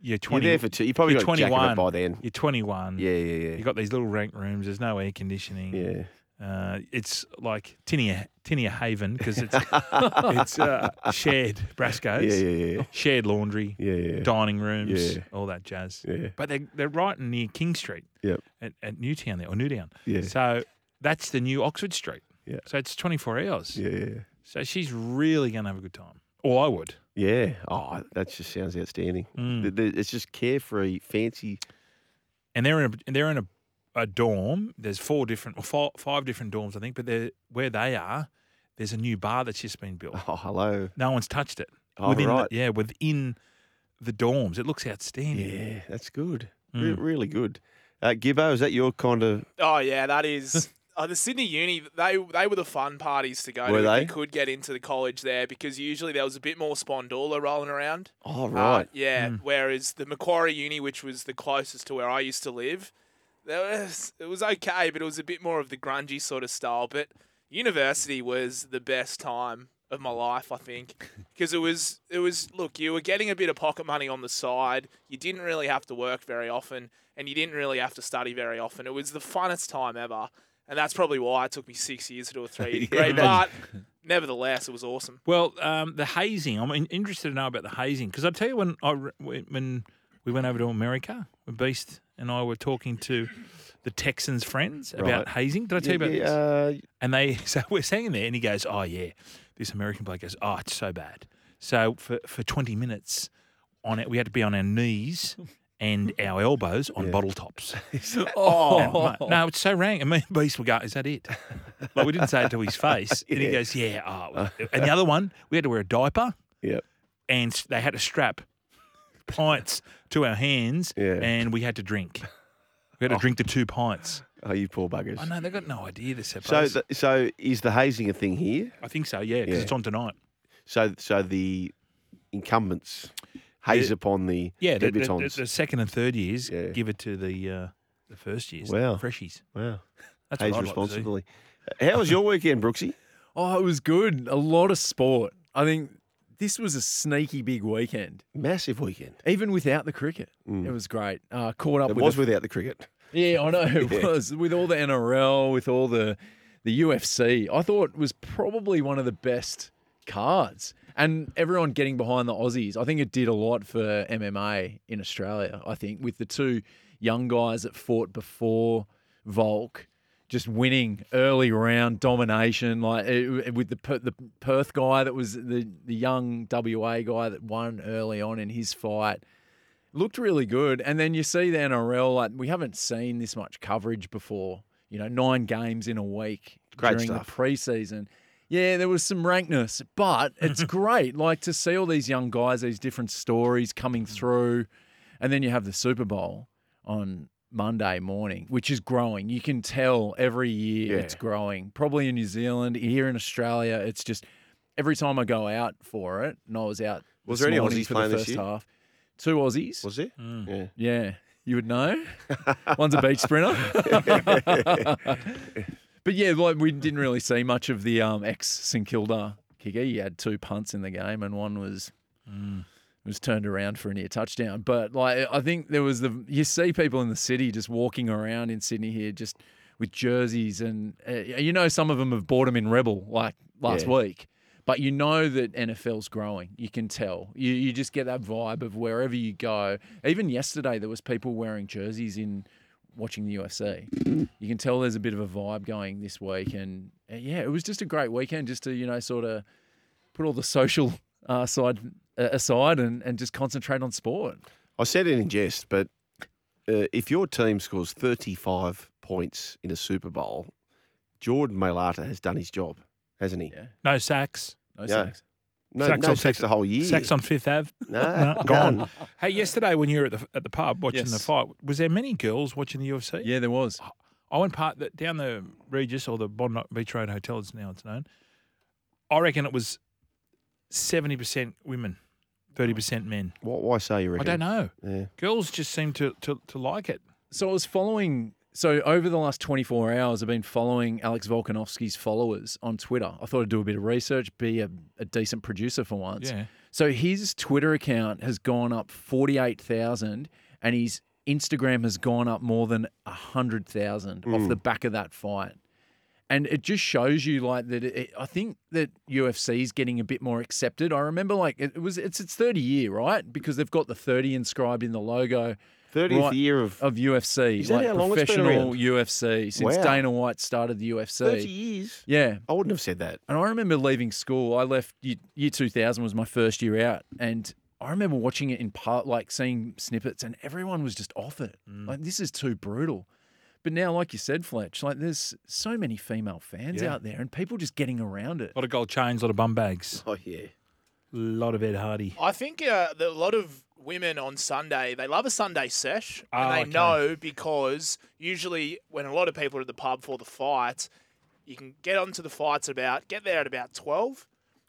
Speaker 4: you're 20
Speaker 3: you're there for two. You probably
Speaker 4: you're
Speaker 3: got jack of it
Speaker 4: 21.
Speaker 3: by then.
Speaker 4: You're 21.
Speaker 3: Yeah, yeah, yeah.
Speaker 4: You got these little rank rooms. There's no air conditioning.
Speaker 3: yeah.
Speaker 4: Uh, it's like Tinnia Tinnia Haven because it's it's uh, shared Brasco's,
Speaker 3: Yeah, yeah, yeah.
Speaker 4: shared laundry,
Speaker 3: Yeah, yeah.
Speaker 4: dining rooms,
Speaker 3: Yeah.
Speaker 4: all that jazz.
Speaker 3: Yeah.
Speaker 4: But they're they're right near King Street
Speaker 3: Yep.
Speaker 4: at, at Newtown there or Newtown.
Speaker 3: Yeah.
Speaker 4: So that's the new Oxford Street.
Speaker 3: Yeah.
Speaker 4: So it's 24 hours.
Speaker 3: Yeah, yeah.
Speaker 4: So she's really gonna have a good time. Or I would.
Speaker 3: Yeah. Oh, that just sounds outstanding.
Speaker 4: Mm.
Speaker 3: Th- th- It's just carefree, fancy.
Speaker 4: and they're in a, they're in a, a dorm. There's four different, or four, five different dorms, I think. But they're, where they are, there's a new bar that's just been built.
Speaker 3: Oh, hello.
Speaker 4: No one's touched it.
Speaker 3: Oh,
Speaker 4: within
Speaker 3: right.
Speaker 4: The, yeah, within the dorms, it looks outstanding.
Speaker 3: Yeah, that's good.
Speaker 4: Mm.
Speaker 3: Re- really good. Uh, Gibbo, is that your kind of?
Speaker 6: Oh yeah, that is. Oh, the Sydney Uni, they they were the fun parties to go
Speaker 3: Were
Speaker 6: to. if
Speaker 3: they?
Speaker 6: you could get into the college there because usually there was a bit more spondola rolling around.
Speaker 3: Oh,
Speaker 6: Uh,
Speaker 3: right.
Speaker 6: yeah.
Speaker 4: Mm.
Speaker 6: Whereas the Macquarie Uni, which was the closest to where I used to live, there was it was okay, but it was a bit more of the grungy sort of style. But university was the best time of my life, I think, because it was it was look, you were getting a bit of pocket money on the side. You didn't really have to work very often, and you didn't really have to study very often. It was the funnest time ever, and that's probably why it took me six years to do a three-year degree. But nevertheless, it was awesome.
Speaker 4: Well, um, the hazing. I'm in- interested to know about the hazing because I tell you when I re- when we went over to America, when Beast and I were talking to the Texans' friends about
Speaker 3: Right.
Speaker 4: hazing. Did I tell you about
Speaker 3: Yeah,
Speaker 4: this?
Speaker 3: uh,
Speaker 4: And they, so we're sitting there, and he goes, "Oh yeah," this American bloke goes, "Oh, it's so bad." So for for twenty minutes, on it, we had to be on our knees and our elbows on bottle tops. oh no, it's so rank. And me and Beast will go, "Is that it?" Like we didn't say it to his face, and he goes, "Yeah." Oh. it was-" And the other one, we had to wear a diaper,
Speaker 3: yeah.
Speaker 4: and s- they had to strap pints to our hands,
Speaker 3: Yeah.
Speaker 4: and we had to drink. We had to drink the two pints.
Speaker 3: Oh, you poor buggers.
Speaker 4: I know they've got no idea this.
Speaker 3: So, th- so is the hazing a thing here?
Speaker 4: I think so, yeah, because
Speaker 3: Yeah.
Speaker 4: it's on tonight.
Speaker 3: So, so the incumbents haze
Speaker 4: The-
Speaker 3: upon the
Speaker 4: Yeah, the, the- the-
Speaker 3: debutants.
Speaker 4: the second and third years
Speaker 3: Yeah.
Speaker 4: give it to the uh, the first years,
Speaker 3: Wow.
Speaker 4: freshies.
Speaker 3: wow,
Speaker 4: That's
Speaker 3: haze
Speaker 4: what I'd Like
Speaker 3: responsibly. How was your weekend, Brooksy?
Speaker 5: Oh, it was good. A lot of sport. I think this was a sneaky big weekend,
Speaker 3: Massive weekend. Mm.
Speaker 5: even without the cricket. It was great. Uh, caught up
Speaker 3: It
Speaker 5: with
Speaker 3: was
Speaker 5: a-
Speaker 3: without the cricket.
Speaker 5: yeah, I know it was with all the NRL, with all the the UFC. I thought it was probably one of the best cards, and everyone getting behind the Aussies. I think it did a lot for MMA in Australia. I think with the two young guys that fought before Volk. Just winning early round domination, like it, it- with the Per- the Perth guy that was the the young WA guy that won early on in his fight looked really good. And then you see the NRL, like we haven't seen this much coverage before. You know, nine games in a week
Speaker 3: Great
Speaker 5: during
Speaker 3: stuff.
Speaker 5: the preseason. Yeah, there was some rankness, but it's great. Like to see all these young
Speaker 3: Mm.
Speaker 5: guys, these different stories coming through. And then you have the Super Bowl on Monday morning, which is growing. You can tell every year
Speaker 3: Yeah.
Speaker 5: it's growing. Probably in New Zealand, here in Australia, it's just every time I go out for it, and I was out.
Speaker 3: Was
Speaker 5: this
Speaker 3: there any
Speaker 5: morning
Speaker 3: Aussies
Speaker 5: for
Speaker 3: playing
Speaker 5: the
Speaker 3: this
Speaker 5: first
Speaker 3: year?
Speaker 5: half? Two Aussies.
Speaker 3: Was it?
Speaker 4: Mm.
Speaker 3: Yeah.
Speaker 5: Yeah, you would know. One's a beach sprinter. but yeah, like we didn't really see much of the um, ex St Kilda kicker. He had two punts in the game, and one was mm, was turned around for a near touchdown. But like, I think there was the you see people in the city just walking around in Sydney here, just with jerseys, and uh, you know some of them have bought them in Rebel like last
Speaker 3: Yeah.
Speaker 5: week. But you know that NFL's growing. You can tell. You you just get that vibe of wherever you go. Even yesterday, there was people wearing jerseys in watching the UFC. You can tell there's a bit of a vibe going this week, and uh, yeah, it was just a great weekend. Just to you know, sort of put all the social uh, side uh, aside and, and just concentrate on sport.
Speaker 3: I said it in jest, but uh, if your team scores 35 points in a Super Bowl, Jordan Mailata has done his job, hasn't he?
Speaker 5: Yeah.
Speaker 4: No sacks.
Speaker 5: No
Speaker 3: Yeah.
Speaker 5: sex.
Speaker 3: No,
Speaker 4: Sacks
Speaker 3: no
Speaker 4: on
Speaker 3: sacks the whole year.
Speaker 4: Sacks on Fifth Ave.
Speaker 3: no,
Speaker 4: Gone.
Speaker 3: none.
Speaker 4: Hey, yesterday when you were at the at the pub watching the
Speaker 5: Yes.
Speaker 4: fight, was there many girls watching the UFC?
Speaker 5: Yeah, there was.
Speaker 4: I went part the, down the Regis or the Bond Beach Road Hotel, as now it's known. I reckon it was seventy percent women, thirty percent men.
Speaker 3: Why, why say you
Speaker 4: I
Speaker 3: reckon?
Speaker 4: don't know.
Speaker 3: Yeah.
Speaker 4: Girls just seem to, to, to like it.
Speaker 5: So I was following. So over the last 24 hours, I've been following Alex Volkanovsky's followers on Twitter. I thought I'd do a bit of research, be a, a decent producer for once.
Speaker 4: Yeah.
Speaker 5: So his Twitter account has gone up 48,000 and his Instagram has gone up more than 100,000 off the back of that fight. And it just shows you like that it, I think that UFC is getting a bit more accepted. I remember like it was it's its 30 year, right? Because they've got the 30 inscribed in the logo
Speaker 3: 30th
Speaker 5: Right.
Speaker 3: year of
Speaker 5: of UFC,
Speaker 3: Is that
Speaker 5: like
Speaker 3: how long it's been
Speaker 5: professional
Speaker 3: around?
Speaker 5: UFC since
Speaker 3: Wow.
Speaker 5: Dana White started the UFC.
Speaker 3: 30 years.
Speaker 5: Yeah,
Speaker 3: I wouldn't have said that.
Speaker 5: and I remember leaving school. I left year, year 2000 was my first year out, and I remember watching it in part, like seeing snippets, and everyone was just off it. Like this is too brutal. But now, like you said, Fletch, like there's so many female fans
Speaker 4: Yeah.
Speaker 5: out there, and people just getting around it.
Speaker 4: A lot of gold chains, a lot of bum bags,
Speaker 3: Oh, yeah.
Speaker 4: a lot of Ed Hardy.
Speaker 6: I think uh, that a lot of women on Sunday they love a Sunday sesh,
Speaker 4: Ah,
Speaker 6: and they
Speaker 4: okay.
Speaker 6: know because usually when a lot of people are at the pub for the fight, you can get onto the fights at about get there at about twelve.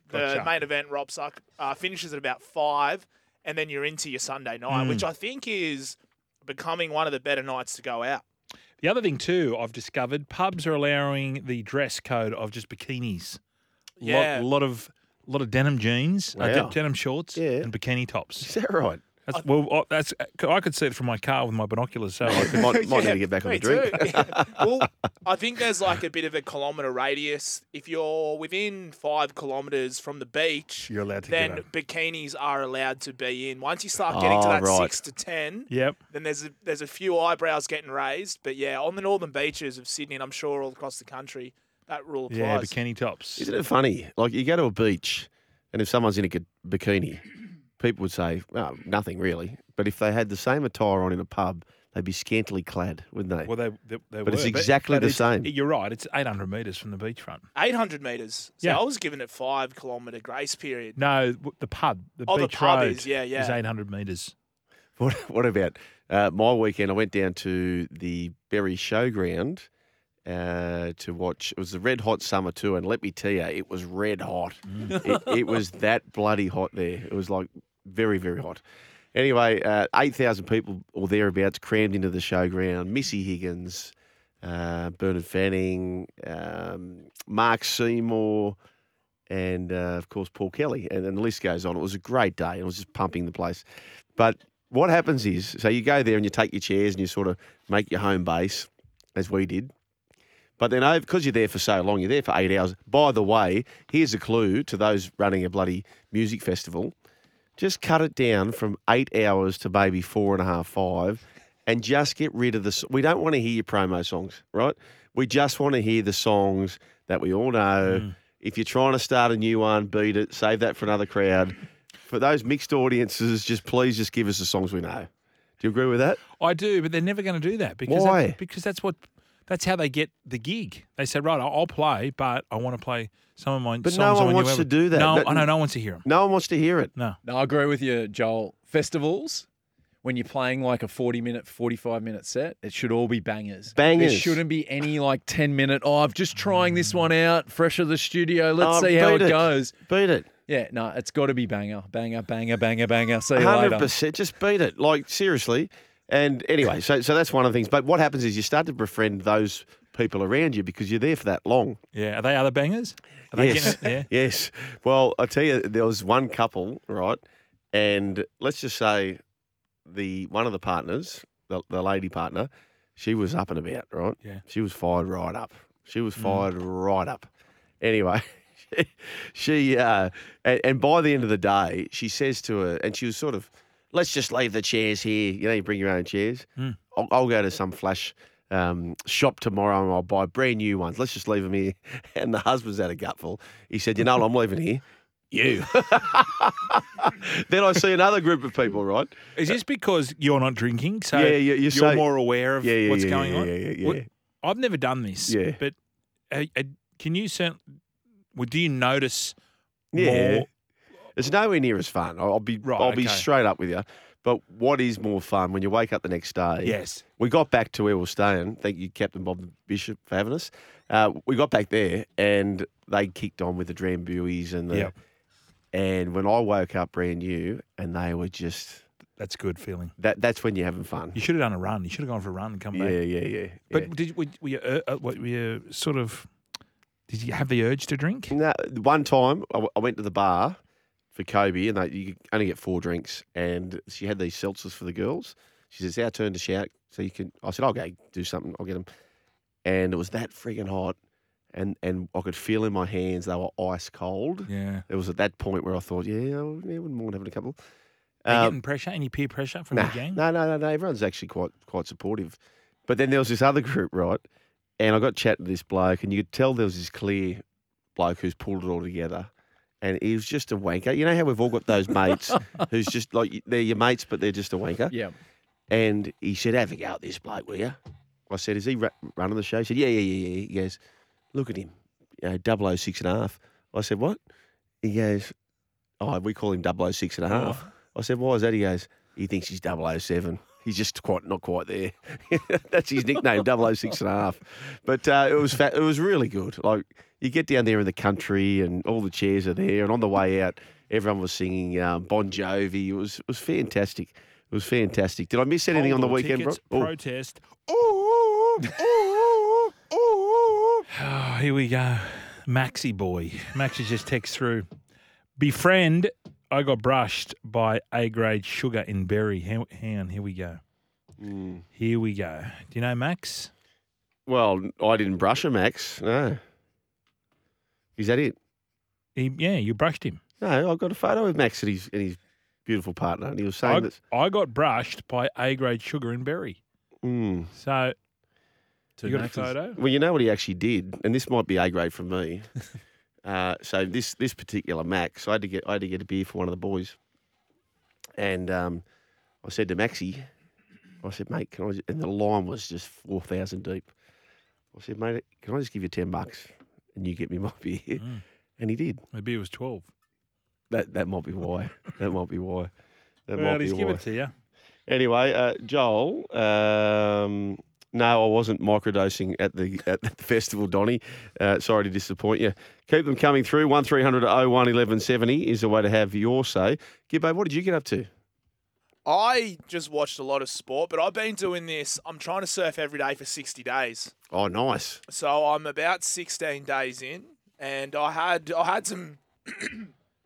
Speaker 6: The
Speaker 4: Gotcha.
Speaker 6: main event wraps up uh, finishes at about five, and then you're into your Sunday
Speaker 4: Hmm.
Speaker 6: night, which I think is becoming one of the better nights to go out.
Speaker 4: The other thing too, I've discovered pubs are allowing the dress code of just bikinis.
Speaker 6: Yeah.
Speaker 4: lot, lot of lot of denim jeans, uh, de-
Speaker 3: Wow.
Speaker 4: denim shorts,
Speaker 3: Yeah.
Speaker 4: and bikini tops.
Speaker 3: Is that right?
Speaker 4: That's, well, I- that's I could see it from my car with my binoculars. So I could,
Speaker 3: Might, might need to get back on
Speaker 6: Me
Speaker 3: the drink.
Speaker 6: too. Yeah. well, I think there's like a bit of a kilometre radius. If you're within five kilometres from the beach,
Speaker 4: You're allowed to get
Speaker 6: then
Speaker 4: on.
Speaker 6: bikinis are allowed to be in. Once you start getting to
Speaker 3: Ah,
Speaker 6: that
Speaker 3: right.
Speaker 6: six to ten,
Speaker 4: yep.
Speaker 6: then there's a, there's a few eyebrows getting raised. But yeah, on the northern beaches of Sydney, and I'm sure all across the country, that rule applies.
Speaker 4: Yeah, bikini tops.
Speaker 3: Isn't it funny? Like, you go to a beach, and if someone's in a good bikini, people would say, oh, nothing really. But if they had the same attire on in a pub, they'd be scantily clad, wouldn't they?
Speaker 4: Well, they, they, they
Speaker 3: But it's
Speaker 4: were,
Speaker 3: exactly the
Speaker 4: it's-
Speaker 3: same.
Speaker 4: You're right. It's 800 metres from the beachfront.
Speaker 6: 800 metres. So
Speaker 4: Yeah.
Speaker 6: I was given it five kilometre grace period.
Speaker 4: No, w- the pub, the
Speaker 6: Oh, the
Speaker 4: beach
Speaker 6: pub
Speaker 4: road
Speaker 6: is, yeah,
Speaker 4: is
Speaker 6: yeah.
Speaker 4: 800 metres.
Speaker 3: What, what about uh, my weekend? I went down to the Berry Showground uh, to watch. It was the Red Hot Summer Tour, and let me tell you, it was red hot. it, it was that bloody hot there. It was like very, very hot. Anyway, uh, 8,000 people or thereabouts crammed into the showground. Missy Higgins, uh, Bernard Fanning, um, Mark Seymour, and uh, of course Paul Kelly, and, and the list goes on. It was a great day. It was just pumping the place. But what happens is, so you go there and you take your chairs and you sort of make your home base, as we did. But then, over because you're there for so long, you're there for eight hours. By the way, here's a clue to those running a bloody music festival: just cut it down from eight hours to maybe four and a half, five, and just get rid of the. s- We don't want to hear your promo songs, right? We just want to hear the songs that we all know.
Speaker 5: Hmm.
Speaker 3: If you're trying to start a new one, beat it. Save that for another crowd. For those mixed audiences, just please just give us the songs we know. Do you agree with that?
Speaker 4: I do, but they're never going to do that because
Speaker 3: Why?
Speaker 4: That, because that's what that's how they get the gig. They say, right, I'll, I'll play, but I want to play some of my
Speaker 3: But
Speaker 4: songs.
Speaker 3: no
Speaker 4: on your
Speaker 3: one wants to
Speaker 4: album."
Speaker 3: do that.
Speaker 4: No,
Speaker 3: That-
Speaker 4: I know no one wants to hear them.
Speaker 3: No one wants to hear it.
Speaker 4: No,
Speaker 5: No, I agree with you, Joel. Festivals, when you're playing like a 40 minute, 45 minute set, it should all be bangers.
Speaker 3: Bangers.
Speaker 5: There shouldn't be any like 10 minute, oh, I'm just trying this one out, fresh of the studio. Let's
Speaker 3: Oh,
Speaker 5: see how
Speaker 3: beat
Speaker 5: it, goes.
Speaker 3: Beat it.
Speaker 5: Yeah, no, it's got to be banger, banger, banger, banger, banger. See you
Speaker 3: hundred
Speaker 5: later.
Speaker 3: percent. Just beat it. Like seriously. And anyway, so so that's one of the things. But what happens is you start to befriend those people around you because you're there for that long.
Speaker 4: Yeah, are they other bangers? Are they
Speaker 3: yes.
Speaker 4: getting it?
Speaker 3: Yes. Well, I tell you, there was one couple, right? And let's just say the one of the partners, the, the lady partner, she was up and about, right?
Speaker 4: Yeah. Mm.
Speaker 3: She was fired right up. She was fired right up. Anyway, she, she uh, and, and by the end of the day, she says to her, and she was sort of, let's just leave the chairs here. You know, you bring your own chairs.
Speaker 4: Mm.
Speaker 3: I'll, I'll go to some flash um, shop tomorrow and I'll buy brand new ones. Let's just leave them here. And the husband's had a gutful. He said, You know what I'm leaving here? You. then I see another group of people, right?
Speaker 4: Yeah. Is this because you're not drinking? So
Speaker 3: Yeah, yeah, you
Speaker 4: you're
Speaker 3: say-
Speaker 4: more aware of
Speaker 3: Yeah, yeah,
Speaker 4: what's
Speaker 3: yeah,
Speaker 4: going
Speaker 3: yeah,
Speaker 4: on?
Speaker 3: yeah, yeah,
Speaker 4: What-
Speaker 3: yeah.
Speaker 4: I've never done this.
Speaker 3: Yeah.
Speaker 4: But uh, uh, can you send, well, do you notice
Speaker 3: Yeah.
Speaker 4: more?
Speaker 3: It's nowhere near as fun. I'll I'll be
Speaker 4: Right,
Speaker 3: I'll be
Speaker 4: okay.
Speaker 3: straight up with you. But what is more fun when you wake up the next day?
Speaker 4: Yes.
Speaker 3: We got back to where we were staying. Thank you, Captain Bob Bishop, for having us. Uh, we got back there and they kicked on with the Drambuies and the
Speaker 4: Yep.
Speaker 3: and when I woke up brand new and they were just
Speaker 4: That's a good feeling.
Speaker 3: that that's when you're having fun.
Speaker 4: You should have done a run. You should have gone for a run and come
Speaker 3: Yeah,
Speaker 4: back.
Speaker 3: yeah, yeah.
Speaker 4: But
Speaker 3: yeah.
Speaker 4: did were, were you uh, uh, what, were you sort of did you have the urge to drink?
Speaker 3: No, one time I, w- I went to the bar for Kobe, and they, you could only get four drinks, and she had these seltzers for the girls. She says, "Our turn to shout." So you can. I said, "I'll go do something. I'll get them." And it was that friggin' hot, and and I could feel in my hands they were ice cold.
Speaker 4: Yeah.
Speaker 3: It was at that point where I thought, "Yeah, I wouldn't yeah, wouldn't mind having a couple."
Speaker 4: Are you
Speaker 3: Um,
Speaker 4: getting pressure? Any peer pressure from
Speaker 3: no,
Speaker 4: the game?
Speaker 3: No, no, no, no. Everyone's actually quite quite supportive. But then there was this other group, right? And I got chatting to this bloke, and you could tell there was this clear bloke who's pulled it all together. And he was just a wanker. You know how we've all got those mates who's just like they're your mates, but they're just a wanker.
Speaker 5: Yeah.
Speaker 3: And he said, "Have a go at this bloke, will you?" I said, "Is he ra- running the show?" He said, "Yeah, yeah, yeah, yeah." He goes, "Look at him, you know, 006 and a half." I said, "What?" He goes, "Oh, we call him 006 and a half." I said, "Why is that?" He goes, "He thinks he's 007. He's just quite not quite there. That's his nickname, 006 and a half." But uh, it was fa- it was really good. Like you get down there in the country, and all the chairs are there. And on the way out, everyone was singing um, Bon Jovi. It was it was fantastic. It was fantastic. Did I miss anything on the
Speaker 4: Hold all
Speaker 3: weekend, bro?
Speaker 4: tickets,
Speaker 3: Oh.
Speaker 4: Protest. Ooh, ooh, ooh, ooh. Oh, here we go. Maxi boy. Maxi just texts through. Befriend, I got brushed by A grade sugar in berry. Hang hang on, here we go.
Speaker 3: Mm.
Speaker 4: Here we go. Do you know Max?
Speaker 3: Well, I didn't brush him, Max. No. Is that it?
Speaker 4: He, yeah, you brushed him.
Speaker 3: No, I got a photo with Max and his and his beautiful partner, and he was saying
Speaker 4: I,
Speaker 3: that.
Speaker 4: I got brushed by A grade sugar and berry.
Speaker 3: Mm.
Speaker 4: So
Speaker 5: Two
Speaker 4: you got
Speaker 5: knackers.
Speaker 4: a photo?
Speaker 3: Well, you know what he actually did, and this might be A grade from me. uh, so this this particular Max, I had to get I had to get a beer for one of the boys, and um, I said to Maxie, I said, mate, can I? ju-" And the line was just four thousand deep. I said, mate, can I just give you ten bucks and you get me my beer?
Speaker 4: Oh.
Speaker 3: And he did.
Speaker 4: The beer was twelve.
Speaker 3: That that might be why. that might be why. That
Speaker 4: Well,
Speaker 3: might be
Speaker 4: he's
Speaker 3: why.
Speaker 4: given it to you.
Speaker 3: Anyway, uh, Joel, um, no, I wasn't microdosing at the at the festival, Donny. Uh, sorry to disappoint you. Keep them coming through. One 1170 is the way to have your say. Gibbo, what did you get up to?
Speaker 6: I just watched a lot of sport, but I've been doing this. I'm trying to surf every day for 60 days.
Speaker 3: Oh, nice.
Speaker 6: So I'm about 16 days in, and I had I had some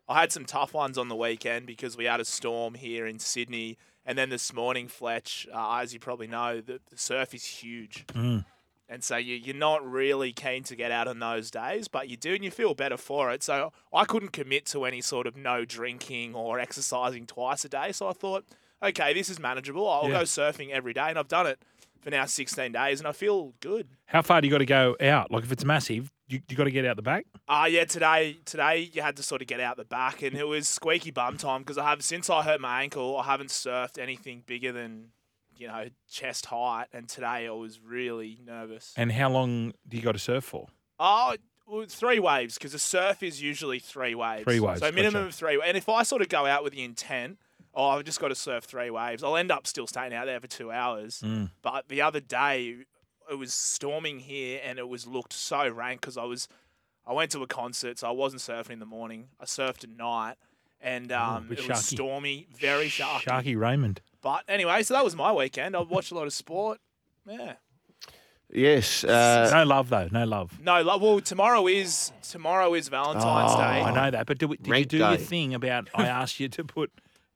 Speaker 6: I had some tough ones on the weekend because we had a storm here in Sydney, and then this morning, Fletch, uh, as you probably know, the, the surf is huge,
Speaker 4: Mm.
Speaker 6: and so you, you're not really keen to get out on those days, but you do, and you feel better for it. So I couldn't commit to any sort of no drinking or exercising twice a day, so I thought, okay, this is manageable. I'll
Speaker 4: Yeah.
Speaker 6: go surfing every day, and I've done it for now 16 days, and I feel good.
Speaker 4: How far do you got to go out? Like if it's massive, you, you got to get out the back.
Speaker 6: Ah, yeah. Today, today you had to sort of get out the back, and it was squeaky bum time because I have since I hurt my ankle, I haven't surfed anything bigger than you know chest height, and today I was really nervous.
Speaker 4: And how long do you got to surf for?
Speaker 6: Oh, well, three waves because a surf is usually three waves.
Speaker 4: Three waves,
Speaker 6: So minimum
Speaker 4: gotcha.
Speaker 6: of three. And if I sort of go out with the intent oh, I've just got to surf three waves. I'll end up still staying out there for two hours.
Speaker 4: Mm. Hmm.
Speaker 6: But the other day, it was storming here and it was looked so rank because I was, I went to a concert, so I wasn't surfing in the morning. I surfed at night, and um,
Speaker 4: bit
Speaker 6: it was
Speaker 4: Oh, sharky.
Speaker 6: stormy, very sharky.
Speaker 4: Sharky Raymond.
Speaker 6: But anyway, so that was my weekend. I watched a lot of sport. Yeah.
Speaker 3: Yes. Uh,
Speaker 4: no love though. No love.
Speaker 6: No, lo- well, tomorrow is tomorrow is Valentine's Day.
Speaker 4: Oh, I know that, but do, we- did you
Speaker 3: Rank
Speaker 4: do your
Speaker 3: day.
Speaker 4: thing about I asked you to put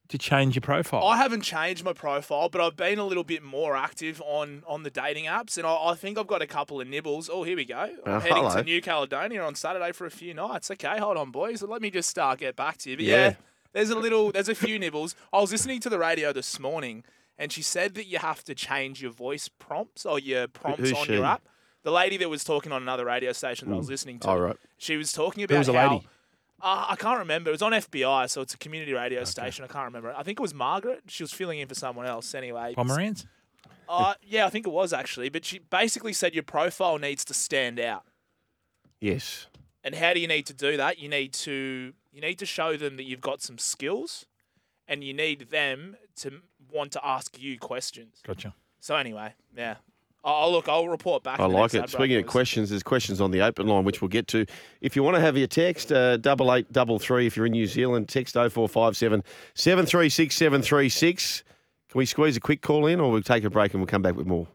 Speaker 4: to change your profile?
Speaker 6: I haven't changed my profile, but I've been a little bit more active on on the dating apps, and I, I think I've got a couple of nibbles. Oh, here we go. I'm
Speaker 3: Oh,
Speaker 6: heading
Speaker 3: hello.
Speaker 6: to New Caledonia on Saturday for a few nights. Okay, hold on, boys. Let me just uh, get back to you. But yeah.
Speaker 3: Yeah.
Speaker 6: there's a little, there's a few nibbles. I was listening to the radio this morning, and she said that you have to change your voice prompts or your prompts
Speaker 3: who's
Speaker 6: on
Speaker 3: she? Mm.
Speaker 6: your app. The lady that was talking on another radio station that I was listening to,
Speaker 3: Oh.
Speaker 8: All right.
Speaker 6: she was talking about
Speaker 4: was the
Speaker 6: how
Speaker 4: lady?
Speaker 6: uh, I can't remember. It was on FBI, so it's a community radio station. I can't remember. I think it was Margaret. She was filling in for someone else anyway.
Speaker 4: Pomerans.
Speaker 6: Uh, yeah, I think it was actually. But she basically said your profile needs to stand out.
Speaker 3: yes.
Speaker 6: And how do you need to do that? You need to you need to show them that you've got some skills, and you need them to want to ask you questions.
Speaker 4: Gotcha.
Speaker 6: So anyway, yeah. Oh, look, I'll report back.
Speaker 3: I
Speaker 6: in the
Speaker 3: like
Speaker 6: next
Speaker 3: it.
Speaker 6: ad break,
Speaker 3: Speaking of
Speaker 6: boys.
Speaker 3: questions, there's questions on the open line, which we'll get to. If you want to have your text, uh, double eight double three. If you're in New Zealand, text 0457 736 736. Can we squeeze a quick call in, or we'll take a break and we'll come back with more?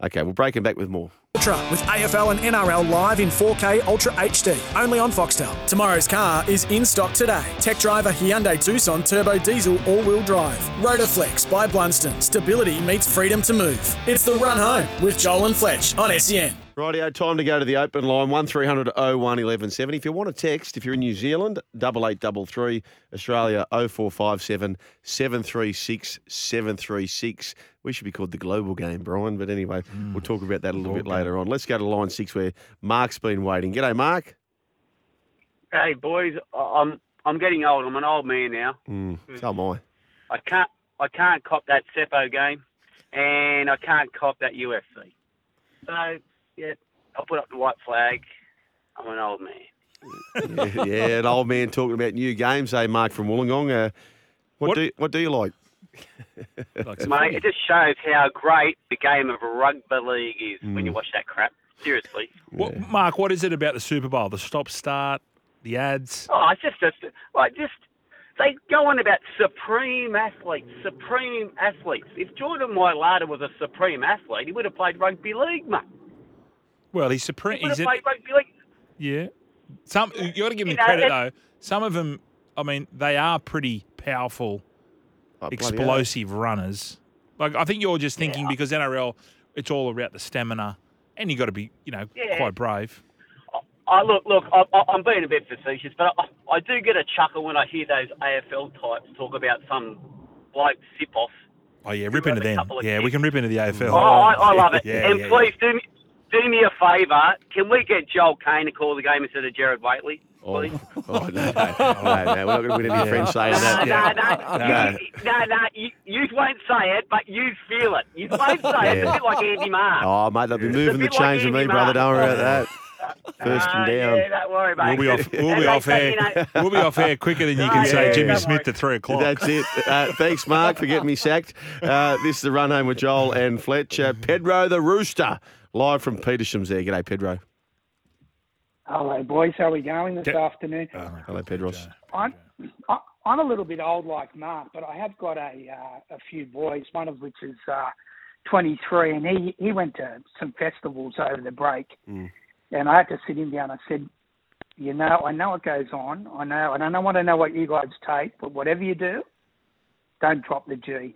Speaker 3: Okay, we'll break and back with more.
Speaker 2: Ultra with AFL and NRL live in 4K Ultra HD, only on Foxtel. Tomorrow's car is in stock today. Tech driver Hyundai Tucson Turbo Diesel All-Wheel Drive. Rotoflex by Blunston. Stability meets freedom to move. It's the run home with Joel and Fletch on E SEN.
Speaker 3: Rightio, time to go to the open line, 1300 01 1170. If you want to text, if you're in New Zealand, 8833, Australia 0457 736 736. We should be called the global game, Brian, but anyway, we'll talk about that a little bit later on. Let's go to line six where Mark's been waiting. G'day, Mark.
Speaker 9: Hey boys, I- I'm I'm getting old. I'm an old man now.
Speaker 3: Mm, So am I.
Speaker 9: I can't I can't cop that Seppo game, and I can't cop that UFC. So yeah, I'll put up the white flag. I'm an old man.
Speaker 3: Yeah, yeah, an old man talking about new games, hey, Mark from Wollongong. Uh, what,
Speaker 4: What-
Speaker 3: Do, what do you like?
Speaker 4: Like some
Speaker 9: Mate, it just shows how great the game of rugby league is
Speaker 3: Mm.
Speaker 9: when you watch that crap. Seriously.
Speaker 4: What, Mark, what is it about the Super Bowl? The stop start, the ads.
Speaker 9: Oh, it's just, just like just they go on about supreme athletes, supreme athletes. If Jordan Mailata was a supreme athlete, he would have played rugby league, mate.
Speaker 4: Well, he's supreme.
Speaker 9: He would
Speaker 4: He's
Speaker 9: have
Speaker 4: a,
Speaker 9: played rugby league.
Speaker 4: yeah. Some you got to give him
Speaker 9: You know,
Speaker 4: credit though.
Speaker 9: it's-
Speaker 4: Some of them, I mean, they are pretty powerful,
Speaker 3: Oh, bloody hell.
Speaker 4: explosive runners. Like I think you're just thinking because NRL, it's all about the stamina, and you got to be, you know,
Speaker 9: Yeah.
Speaker 4: quite brave.
Speaker 9: I oh, look, look. I, I, I'm being a bit facetious, but I, I do get a chuckle when I hear those AFL types talk about some bloke sip off.
Speaker 4: Oh yeah, rip into
Speaker 9: have a
Speaker 4: them.
Speaker 9: couple of
Speaker 4: Yeah, we
Speaker 9: kicks.
Speaker 4: can rip into the AFL.
Speaker 9: Oh, I, I love it.
Speaker 4: Yeah,
Speaker 9: and
Speaker 4: yeah,
Speaker 9: please do me do me a favour. Can we get Joel Kane to call the game instead of Jared Waitley?
Speaker 3: Oh,
Speaker 9: please?
Speaker 3: oh, no, no, no, no, we're not going to win any friends saying
Speaker 9: No,
Speaker 3: that.
Speaker 9: no,
Speaker 3: No.
Speaker 9: no, You- no, no. You, you won't say it, but you feel it. You won't say it. It's a bit like Andy Marr.
Speaker 3: Oh, mate, they'll be moving the
Speaker 9: bit like
Speaker 3: chains with me,
Speaker 9: Andy
Speaker 3: brother. Don't worry about that.
Speaker 9: Mark.
Speaker 3: First
Speaker 9: Ah,
Speaker 3: and down.
Speaker 9: Yeah, don't worry, mate.
Speaker 4: We'll be off. We'll
Speaker 9: That
Speaker 4: be
Speaker 9: makes
Speaker 4: off
Speaker 9: that,
Speaker 4: air.
Speaker 9: you know-
Speaker 4: We'll be off air quicker than you can
Speaker 9: No,
Speaker 4: say
Speaker 9: yeah,
Speaker 4: Jimmy
Speaker 9: don't
Speaker 4: Smith
Speaker 9: worry.
Speaker 4: at three o'clock.
Speaker 3: That's it. Uh, thanks, Mark, for getting me sacked. Uh, this is the run home with Joel and Fletcher. Pedro the Rooster, live from Petersham's there. G'day, Pedro.
Speaker 10: Hello, boys. How are we going this afternoon?
Speaker 3: Hello, Pedros.
Speaker 10: I'm, I, I'm a little bit old like Mark, but I have got a uh, a few boys. One of which is uh, 23, and he he went to some festivals over the break,
Speaker 4: Mm,
Speaker 10: and I had to sit him down. I said, "You know, I know it goes on. I know, and I don't want to know what you guys take, but whatever you do, don't drop the G."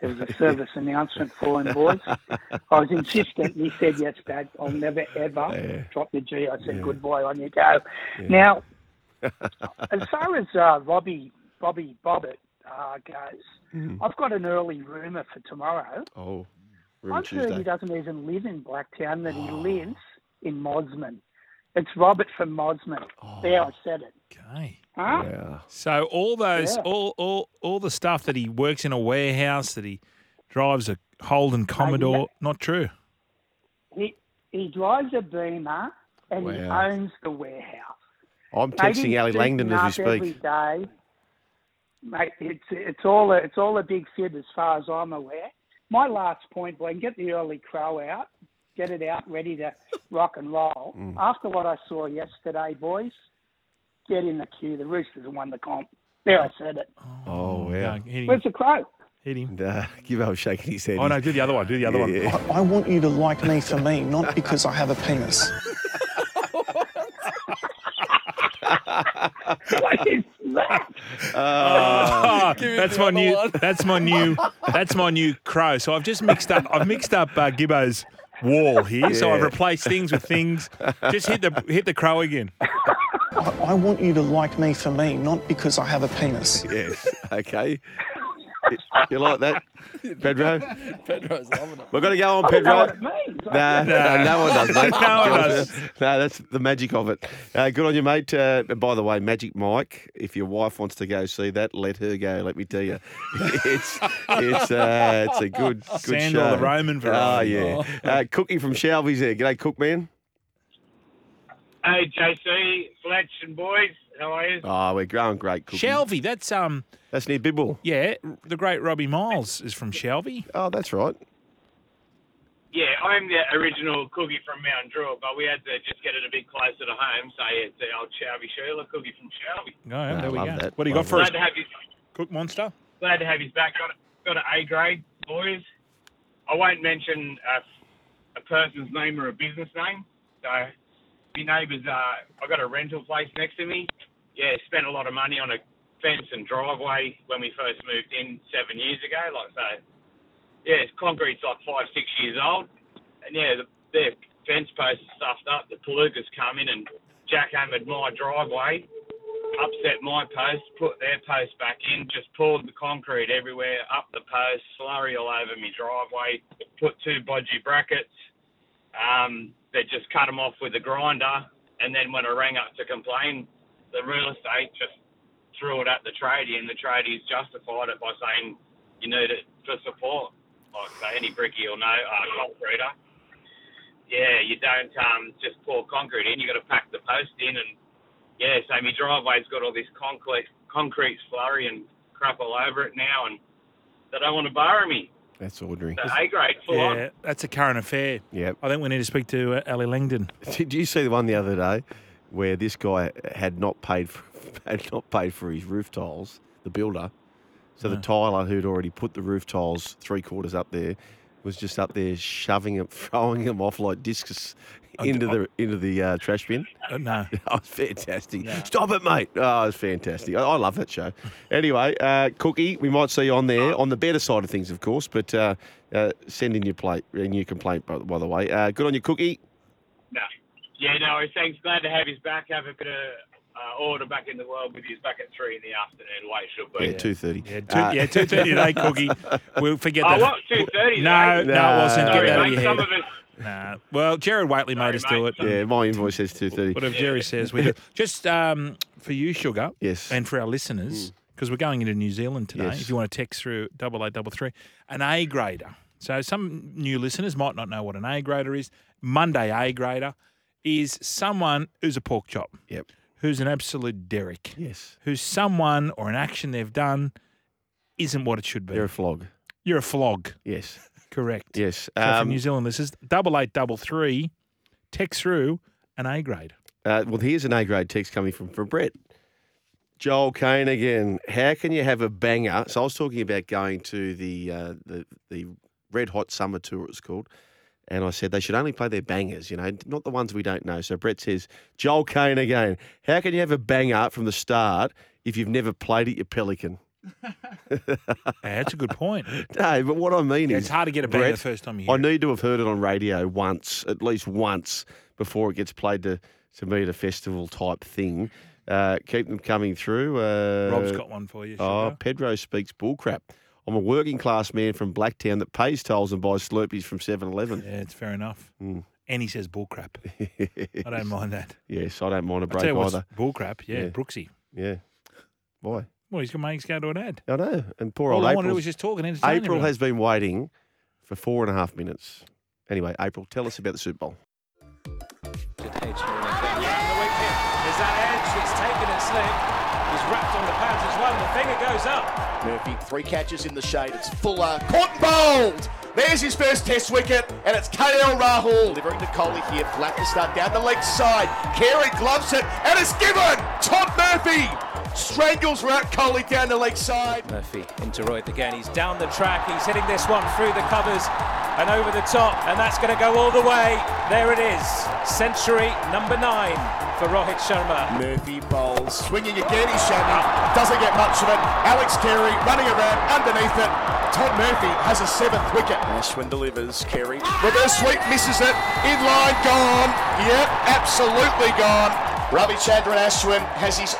Speaker 10: There was a service announcement for him, boys. I was insistent, and he said, "Yes, Dad, I'll never ever drop the G." I said, "Good boy, on you go." Now, as far as uh, Robbie Bobby Bobbitt uh, goes,
Speaker 3: Hmm.
Speaker 10: I've got an early rumor for tomorrow.
Speaker 3: Oh, Ruby
Speaker 10: I've heard he
Speaker 3: Tuesday. Oh.
Speaker 10: doesn't even live in Blacktown; that he lives in Mosman. It's Robert from Mosman.
Speaker 3: Oh.
Speaker 10: There, I said it.
Speaker 4: Okay.
Speaker 10: Huh?
Speaker 4: So all those,
Speaker 10: Yeah.
Speaker 4: all, all, all the stuff that he works in a warehouse, that he drives a Holden Commodore, not true.
Speaker 10: He he drives a Beamer and he
Speaker 3: Wow.
Speaker 10: owns the warehouse.
Speaker 3: I'm
Speaker 10: Maybe
Speaker 3: texting Ali
Speaker 10: he's
Speaker 3: Langdon
Speaker 10: beaten
Speaker 3: as we
Speaker 10: up
Speaker 3: speak.
Speaker 10: Every day. mate, it's it's all a, it's all a big fib as far as I'm aware. My last point, Blaine, get the early crow out, get it out, ready to rock and roll.
Speaker 3: Mm.
Speaker 10: After what I saw yesterday, boys, get in the queue. The Roosters have won the comp. There, I said it.
Speaker 3: Oh, wow.
Speaker 4: Hit him.
Speaker 10: Where's the crow?
Speaker 4: Hit him.
Speaker 3: Uh, Gibbo was shaking his head.
Speaker 4: Oh, no, do the other one. Do the other one. Oh,
Speaker 3: Yeah.
Speaker 11: I want you to like me for me, not because I have a penis.
Speaker 10: What is that?
Speaker 4: Ah,
Speaker 5: Give me
Speaker 4: that's
Speaker 5: the
Speaker 4: my
Speaker 5: other
Speaker 4: new.
Speaker 5: one.
Speaker 4: That's my new. That's my new crow. So I've just mixed up. I've mixed up uh, Gibbo's wall here. So I've
Speaker 3: Yeah.
Speaker 4: replaced things with things. Just hit the hit the crow again.
Speaker 11: I, I want you to like me for me, not because I have a penis.
Speaker 3: Yes. Okay. You like that, Pedro?
Speaker 5: Pedro's loving it.
Speaker 3: We've got to go on,
Speaker 10: I don't know
Speaker 3: Pedro.
Speaker 10: what it means.
Speaker 3: Nah, nah, no one does, mate.
Speaker 4: No one does.
Speaker 3: Nah, that's the magic of it. Uh, good on you, mate. Uh, and by the way, Magic Mike, if your wife wants to go see that, let her go. Let me tell you, it's it's uh, it's a good good
Speaker 4: Sandor,
Speaker 3: show.
Speaker 4: the Roman
Speaker 3: Oh
Speaker 4: variety.
Speaker 3: yeah, uh, Cookie from Shelby's there. G'day, Cook man.
Speaker 12: Hey, JC, Fletch, and boys, how are you?
Speaker 4: Ah,
Speaker 3: Oh, we're growing great, Cookie.
Speaker 4: Shelby. That's um.
Speaker 3: That's near Bibble.
Speaker 4: Yeah, the great Robbie Miles is from Shelby.
Speaker 3: Oh, that's right.
Speaker 12: Yeah, I'm the original cookie from Mount Druitt, but we had to just get it a bit closer to home, so yeah, it's the old Shelby Sheila cookie from Shelby.
Speaker 4: Go on,
Speaker 3: Nah,
Speaker 4: there we
Speaker 3: love
Speaker 4: go.
Speaker 3: that,
Speaker 4: What do you got
Speaker 3: love
Speaker 4: for us?
Speaker 12: Glad to have you.
Speaker 4: Cook monster.
Speaker 12: glad to have his back. Got got an A grade, boys. I won't mention a, a person's name or a business name. So, my neighbours, uh, I got a rental place next to me. Yeah, spent a lot of money on a fence and driveway when we first moved in seven years ago. Like so, yeah, it's concrete's like five, six years old, and yeah, the, their fence posts are stuffed up. The palookas come in and jackhammered my driveway upset my post, put their post back in, just poured the concrete everywhere, up the post, slurry all over me driveway, put two bodgy brackets. Um, they just cut them off with a grinder, and then when I rang up to complain, the real estate just threw it at the tradie, and the tradie's justified it by saying you need it for support, like so any bricky or no uh, concreter. Yeah, you don't um, just pour concrete in. You got to pack the post in and yeah, so my driveway's got all this concrete, concrete slurry and crap all over it now, and they don't want to borrow me.
Speaker 3: That's ordinary.
Speaker 12: So A grade, full on.
Speaker 4: Yeah, that's a current affair.
Speaker 3: Yep.
Speaker 4: I think we need to speak to uh, Ali Langdon.
Speaker 3: Did you see the one the other day where this guy had not paid for, had not paid for his roof tiles? The builder, so the tiler who'd already put the roof tiles three quarters up there, was just up there shoving them, throwing them off like discus into the into the uh, trash bin.
Speaker 4: Uh, no.
Speaker 3: That was fantastic. Stop it, mate. Oh, it's fantastic. I, I love that show. Anyway, uh, Cookie, we might see you on there on the better side of things, of course. But uh, uh, send in your plate and your complaint, by, by the way. Uh, good on you, Cookie.
Speaker 12: No. Yeah, no, I thanks. Glad to have his back. Have a bit of uh, order back in the world with you. He's back at three in the afternoon. Late should
Speaker 3: Yeah,
Speaker 12: be.
Speaker 3: two thirty.
Speaker 4: Oh, Yeah, two, yeah, two thirty today, Cookie. We'll forget
Speaker 12: Oh,
Speaker 4: that.
Speaker 12: what? Two thirty?
Speaker 4: No, no, it wasn't. Get
Speaker 12: Sorry,
Speaker 4: that out of
Speaker 12: mate.
Speaker 4: your
Speaker 12: Some of
Speaker 4: head.
Speaker 12: us.
Speaker 4: Nah. Well, Jared Waitley made us do
Speaker 12: mate.
Speaker 4: it.
Speaker 3: Yeah, my invoice says two thirty.
Speaker 4: Whatever Jerry says, we do. Just um, for you, Sugar.
Speaker 3: Yes. Mm.
Speaker 4: And for our listeners, because we're going into New Zealand today.
Speaker 3: Yes.
Speaker 4: If you want to text through double eight double three, an A grader. So some new listeners might not know what an A grader is. Monday A grader is someone who's a pork chop,
Speaker 3: Yep.
Speaker 4: who's an absolute derrick,
Speaker 3: Yes.
Speaker 4: who's someone or an action they've done isn't what it should be.
Speaker 3: They're a flog.
Speaker 4: You're a flog.
Speaker 3: Yes.
Speaker 4: Correct.
Speaker 3: Yes.
Speaker 4: So for
Speaker 3: Um,
Speaker 4: New Zealand, this is double eight double three. Text through an A grade.
Speaker 3: Uh, well, here's an A grade text coming from, from Brett. Joel Kane again. How can you have a banger? So I was talking about going to the uh, the the Red Hot Summer Tour. It was called, and I said they should only play their bangers. You know, not the ones we don't know. So Brett says, Joel Kane again. How can you have a banger from the start if you've never played at your Pelican?
Speaker 4: Yeah, that's a good point.
Speaker 3: No, but what I mean
Speaker 4: Yeah,
Speaker 3: is
Speaker 4: it's hard to get a banger
Speaker 3: Brett,
Speaker 4: the first time you
Speaker 3: I
Speaker 4: hear it.
Speaker 3: need to have heard it on radio once, at least once, before it gets played to, to me at a festival type thing. Uh, keep them coming through. Uh,
Speaker 4: Rob's got one for you.
Speaker 3: Oh,
Speaker 4: Sugar.
Speaker 3: Pedro speaks bullcrap. I'm a working class man from Blacktown that pays tolls and buys Slurpees from 7 Eleven.
Speaker 4: Yeah, it's fair enough. And he says bullcrap. I don't mind that.
Speaker 3: Hmm. Yes, I don't mind a
Speaker 4: I tell
Speaker 3: break
Speaker 4: you what's
Speaker 3: either.
Speaker 4: bullcrap. Yeah,
Speaker 3: Yeah.
Speaker 4: Brooksy.
Speaker 3: Yeah. Why?
Speaker 4: Well, he's gonna make us go to an ad.
Speaker 3: I know. And poor
Speaker 4: All
Speaker 3: old
Speaker 4: I want to do
Speaker 3: April.
Speaker 4: is just talk and entertain
Speaker 3: April
Speaker 4: everyone.
Speaker 3: has been waiting for four and a half minutes. Anyway, April, tell us about the Super Bowl.
Speaker 6: Is that edge? It's taken it slick.
Speaker 13: is wrapped on the pads as well. The finger goes up.
Speaker 14: Murphy, three catches in the shade. It's Fuller, caught and bowled. There's his first test wicket, and it's KL Rahul delivering to Kohli here. Flat to start down the leg side. Carey gloves it, and it's given. Todd Murphy strangles Rat Kohli down the leg side.
Speaker 13: Murphy into Royd again. He's down the track. He's hitting this one through the covers and over the top, and that's going to go all the way. There it is. Century number nine for Rohit Sharma.
Speaker 14: Murphy bowls, swinging again. He's showing up. Doesn't get much of it. Alex Carey running around underneath it. Todd Murphy has a seventh wicket. Ashwin delivers. Carey reverse sweep misses it. In line gone. Yep, absolutely gone. Ravi Chandran Ashwin has his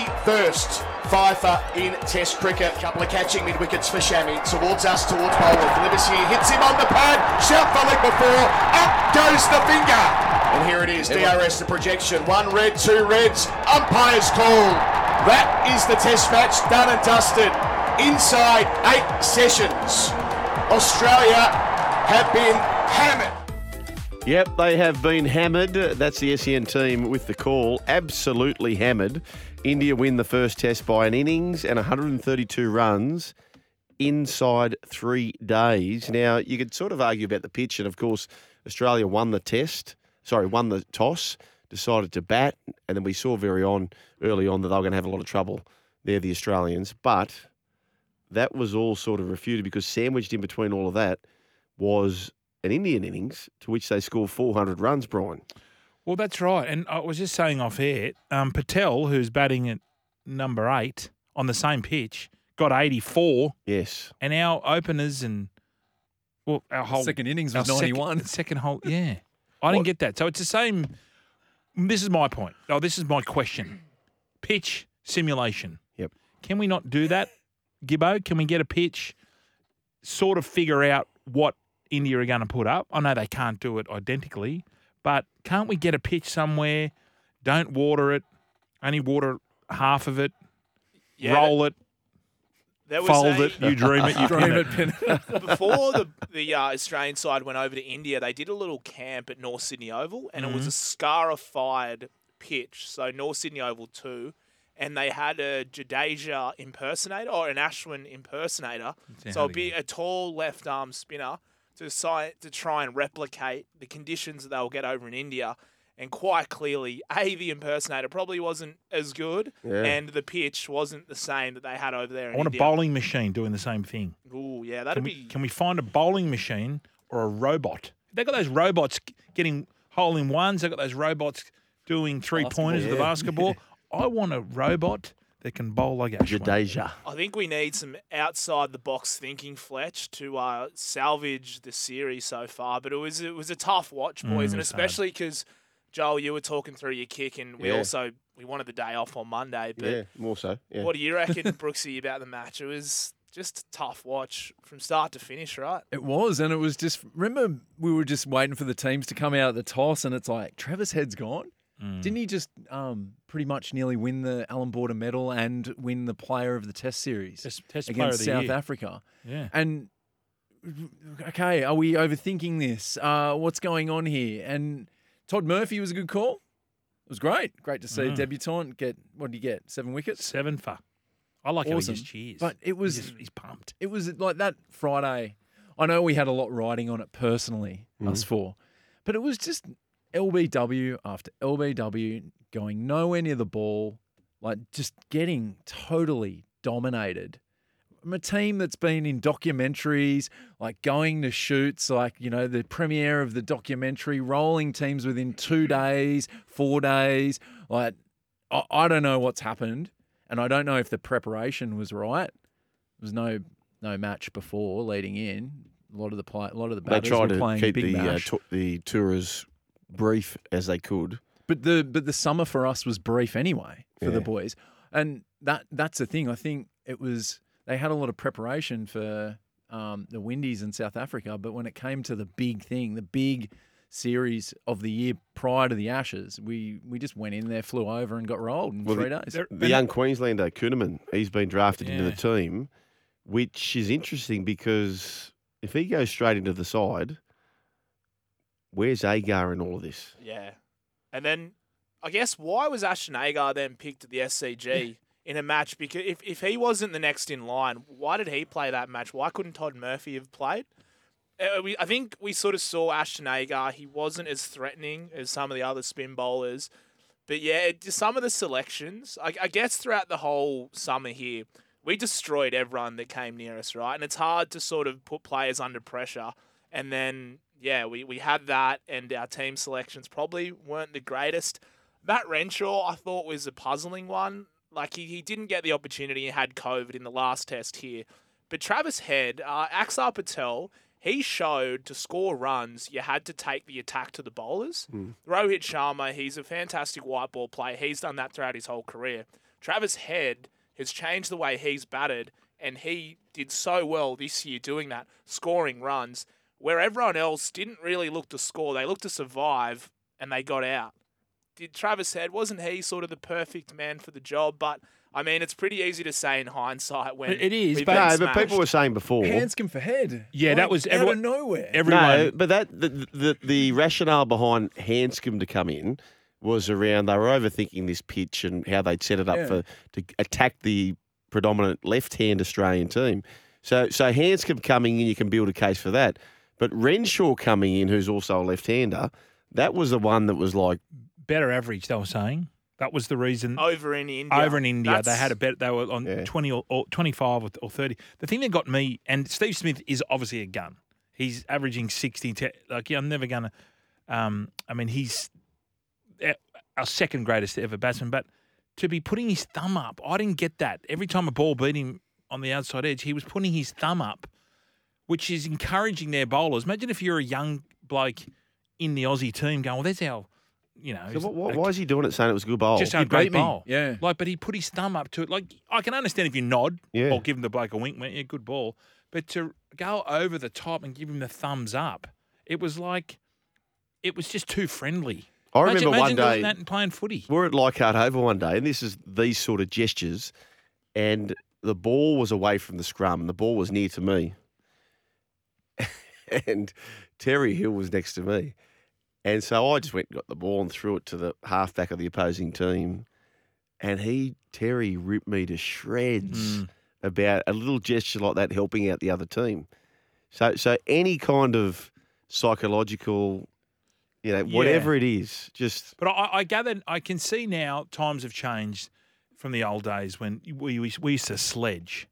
Speaker 14: 31st Fifer in Test cricket. Couple of catching mid wickets for Shami. Towards us, towards Bowler. Delivers here, hits him on the pad. Shout for leg before. Up goes the finger. And here it is. DRS the projection. One red, two reds. Umpire's call. That is the Test match done and dusted. Inside eight sessions, Australia have been hammered.
Speaker 3: Yep, they have been hammered. That's the SEN team with the call. Absolutely hammered. India win the first test by an innings and 132 runs inside three days. Now, you could sort of argue about the pitch, and of course, Australia won the test, sorry, won the toss, decided to bat, and then we saw very on early on that they were going to have a lot of trouble there, the Australians. But that was all sort of refuted because sandwiched in between all of that was an Indian innings to which they scored 400 runs, Brian.
Speaker 4: Well, that's right. And I was just saying off air, um, Patel, who's batting at number eight on the same pitch, got 84,
Speaker 3: Yes.
Speaker 4: and our openers and well, our whole
Speaker 5: Second innings
Speaker 4: our
Speaker 5: was 91.
Speaker 4: Second, second whole, yeah. I didn't get that. So it's the same. This is my point. Oh, this is my question. Pitch simulation.
Speaker 3: Yep.
Speaker 4: Can we not do that, Gibbo? Can we get a pitch, sort of figure out what India are going to put up? I know they can't do it identically, but can't we get a pitch somewhere? Don't water it, only water half of it,
Speaker 6: Yeah,
Speaker 4: roll it,
Speaker 6: There was
Speaker 4: fold
Speaker 6: a-
Speaker 4: it, you dream it, you dream it.
Speaker 6: before the, the uh, Australian side went over to India, they did a little camp at North Sydney Oval, and it
Speaker 4: Mm-hmm.
Speaker 6: was a scarified pitch, so North Sydney Oval 2. And they had a Jadeja impersonator or an Ashwin impersonator. So it'd be a tall left arm spinner to, si- to try and replicate the conditions that they'll get over in India. And quite clearly, A, the impersonator probably wasn't as good, and the pitch wasn't the same that they had over there. In
Speaker 4: I want a
Speaker 6: India.
Speaker 4: bowling machine doing the same thing.
Speaker 6: Ooh, yeah, that'd
Speaker 4: Can we,
Speaker 6: be.
Speaker 4: can we find a bowling machine or a robot? They got those robots g- getting hole in ones. They got those robots doing three pointers with the basketball. I want a robot that can bowl like Ashwin.
Speaker 3: Jadeja.
Speaker 6: I think we need some outside the box thinking, Fletch, to uh, salvage the series so far. But it was it was a tough
Speaker 3: Mm,
Speaker 6: watch, boys, and especially because Joel, you were talking through your kick, and we
Speaker 3: Yeah.
Speaker 6: also we wanted the day off on Monday. But
Speaker 3: Yeah, more so. Yeah.
Speaker 6: what do you reckon, Brooksy, about the match? It was just a tough watch from start to finish, right?
Speaker 5: It was, and it was just. Remember, we were just waiting for the teams to come out at the toss, and it's like Travis Head's gone.
Speaker 4: Mm.
Speaker 5: Didn't he just um, pretty much nearly win the Alan Border medal and win the Player of the Test series
Speaker 4: Test- Test Player
Speaker 5: against
Speaker 4: of the
Speaker 5: South
Speaker 4: Year.
Speaker 5: Africa?
Speaker 4: Yeah.
Speaker 5: And okay, are we overthinking this? Uh, what's going on here? And Todd Murphy was a good call. It was great. Great to see a debutant get what did he get? Seven wickets.
Speaker 4: Mm. Seven for. I like how
Speaker 5: Awesome.
Speaker 4: he just cheers.
Speaker 5: But it
Speaker 4: He
Speaker 5: was-
Speaker 4: just- he's pumped.
Speaker 5: it was like that Friday. I know we had a lot riding on it personally, us four, but it was just LBW after LBW going nowhere near the ball, like just getting totally dominated. I'm a team that's been in documentaries, like going to shoots, like, you know, the premiere of the documentary, rolling teams within two
Speaker 3: Mm-hmm.
Speaker 5: days, four days. Like, I, I don't know what's happened. And I don't know if the preparation was right. There was no no match before leading in. A lot of the play, a lot of the
Speaker 3: They
Speaker 5: batters
Speaker 3: tried
Speaker 5: were
Speaker 3: to
Speaker 5: playing
Speaker 3: keep
Speaker 5: big
Speaker 3: the uh,
Speaker 5: bash.
Speaker 3: to- the tour as brief as they could.
Speaker 5: but the but the summer for us was brief anyway for the
Speaker 3: Yeah.
Speaker 5: boys, and that that's the thing. I think it was they had a lot of preparation for um, the Windies in South Africa, but when it came to the big thing, the big series of the year prior to the Ashes, we we just went in there, flew over, and got rolled in
Speaker 3: Well,
Speaker 5: three
Speaker 3: the-
Speaker 5: days.
Speaker 4: There-
Speaker 3: The young Queenslander Kuhneman, he's been drafted into the team, which is interesting because if he goes straight into the side, where's Agar in all of this?
Speaker 6: Yeah. And then I guess why was Ashton Agar then picked at the SCG in a match because if, if he wasn't the next in line, why did he play that match? Why couldn't Todd Murphy have played? Uh, we, I think we sort of saw Ashton Agar. He wasn't as threatening as some of the other spin bowlers. But yeah, it- just some of the selections, I, I guess throughout the whole summer here, we destroyed everyone that came near us, right? And it's hard to sort of put players under pressure. And then, yeah, we, we had that, and our team selections probably weren't the greatest. That Renshaw, I thought, was a puzzling one. Like, he, he didn't get the opportunity. He had COVID in the last test here. But Travis Head, uh, Axar Patel, he showed to score runs, you had to take the attack to the bowlers.
Speaker 3: Hmm.
Speaker 6: Rohit Sharma, he's a fantastic white ball player. He's done that throughout his whole career. Travis Head has changed the way he's batted, and he did so well this year doing that, scoring runs, where everyone else didn't really look to score. They looked to survive, and they got out. Did Travis Head, wasn't he sort of the perfect man for the job? But, I mean, it's pretty easy to say in hindsight when
Speaker 4: It is,
Speaker 6: we've
Speaker 4: but-
Speaker 6: been
Speaker 3: No, but
Speaker 6: smashed.
Speaker 3: people were saying before.
Speaker 5: Hanscom for head.
Speaker 4: Yeah, that
Speaker 5: Like,
Speaker 4: was
Speaker 5: out of
Speaker 4: everyone-
Speaker 5: nowhere.
Speaker 4: Everyone,
Speaker 3: No, but that the, the the rationale behind Hanscom to come in was around they were overthinking this pitch and how they'd set it up
Speaker 5: Yeah.
Speaker 3: for to attack the predominant left-hand Australian team. So so Hanscom coming in, you can build a case for that. But Renshaw coming in, who's also a left-hander, that was the one that was like,
Speaker 4: better average. They were saying that was the reason.
Speaker 6: over in India.
Speaker 4: Over in India, they
Speaker 6: That's-
Speaker 4: had a bet. They were on
Speaker 3: Yeah.
Speaker 4: twenty or, or twenty-five or, or thirty. The thing that got me and Steve Smith is obviously a gun. He's averaging sixty. To, like yeah, I'm never gonna. Um, I mean, he's our- our second greatest ever batsman. But to be putting his thumb up, I didn't get that. Every time a ball beat him on the outside edge, he was putting his thumb up, which is encouraging their bowlers. Imagine if you're a young bloke in the Aussie team going, "Well, there's our." You know,
Speaker 3: so
Speaker 4: he's
Speaker 3: what, what,
Speaker 4: a
Speaker 3: why is he doing it saying it was a good bowl?
Speaker 4: just
Speaker 5: you
Speaker 4: a great
Speaker 5: beat me.
Speaker 4: bowl.
Speaker 5: Yeah.
Speaker 4: Like, but he put his thumb up to it. Like, I can understand if you nod
Speaker 3: Yeah.
Speaker 4: or give him the bloke a wink, went, yeah, good ball. But to go over the top and give him the thumbs up, it was like, it was just too friendly.
Speaker 3: I
Speaker 4: Imagine-
Speaker 3: remember one
Speaker 4: imagine doing
Speaker 3: day
Speaker 4: that and playing footy.
Speaker 3: we're at Leichhardt Over one day, and this is these sort of gestures, and the ball was away from the scrum, and the ball was near to me, and Terry Hill was next to me, and so I just went and got the ball and threw it to the halfback of the opposing team, and he Terry ripped me to
Speaker 6: Hmm.
Speaker 3: shreds about a little gesture like that helping out the other team, so so any kind of psychological, you know,
Speaker 4: Yeah.
Speaker 3: whatever it is, just.
Speaker 4: But I, I gather I can see now times have changed from the old days when we we, we used to sledge,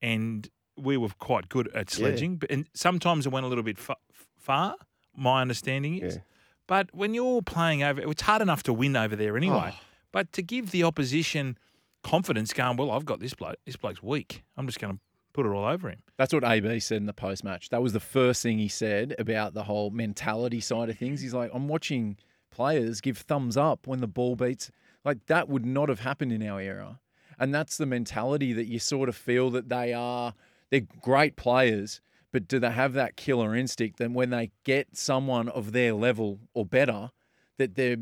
Speaker 4: and we were quite good at sledging. But and sometimes it went a little bit fa- far. My understanding is,
Speaker 3: Yeah.
Speaker 4: but when you're playing over, it's hard enough to win over there anyway. But to give the opposition confidence, going well, I've got this bloke. This bloke's weak. I'm just going to put it all over him.
Speaker 5: That's what AB said in the post match. That was the first thing he said about the whole mentality side of things. He's like, I'm watching players give thumbs up when the ball beats. Like, that would not have happened in our era. And that's the mentality that you sort of feel that they are. They're great players, but do they have that killer instinct that when they get someone of their level or better, that they're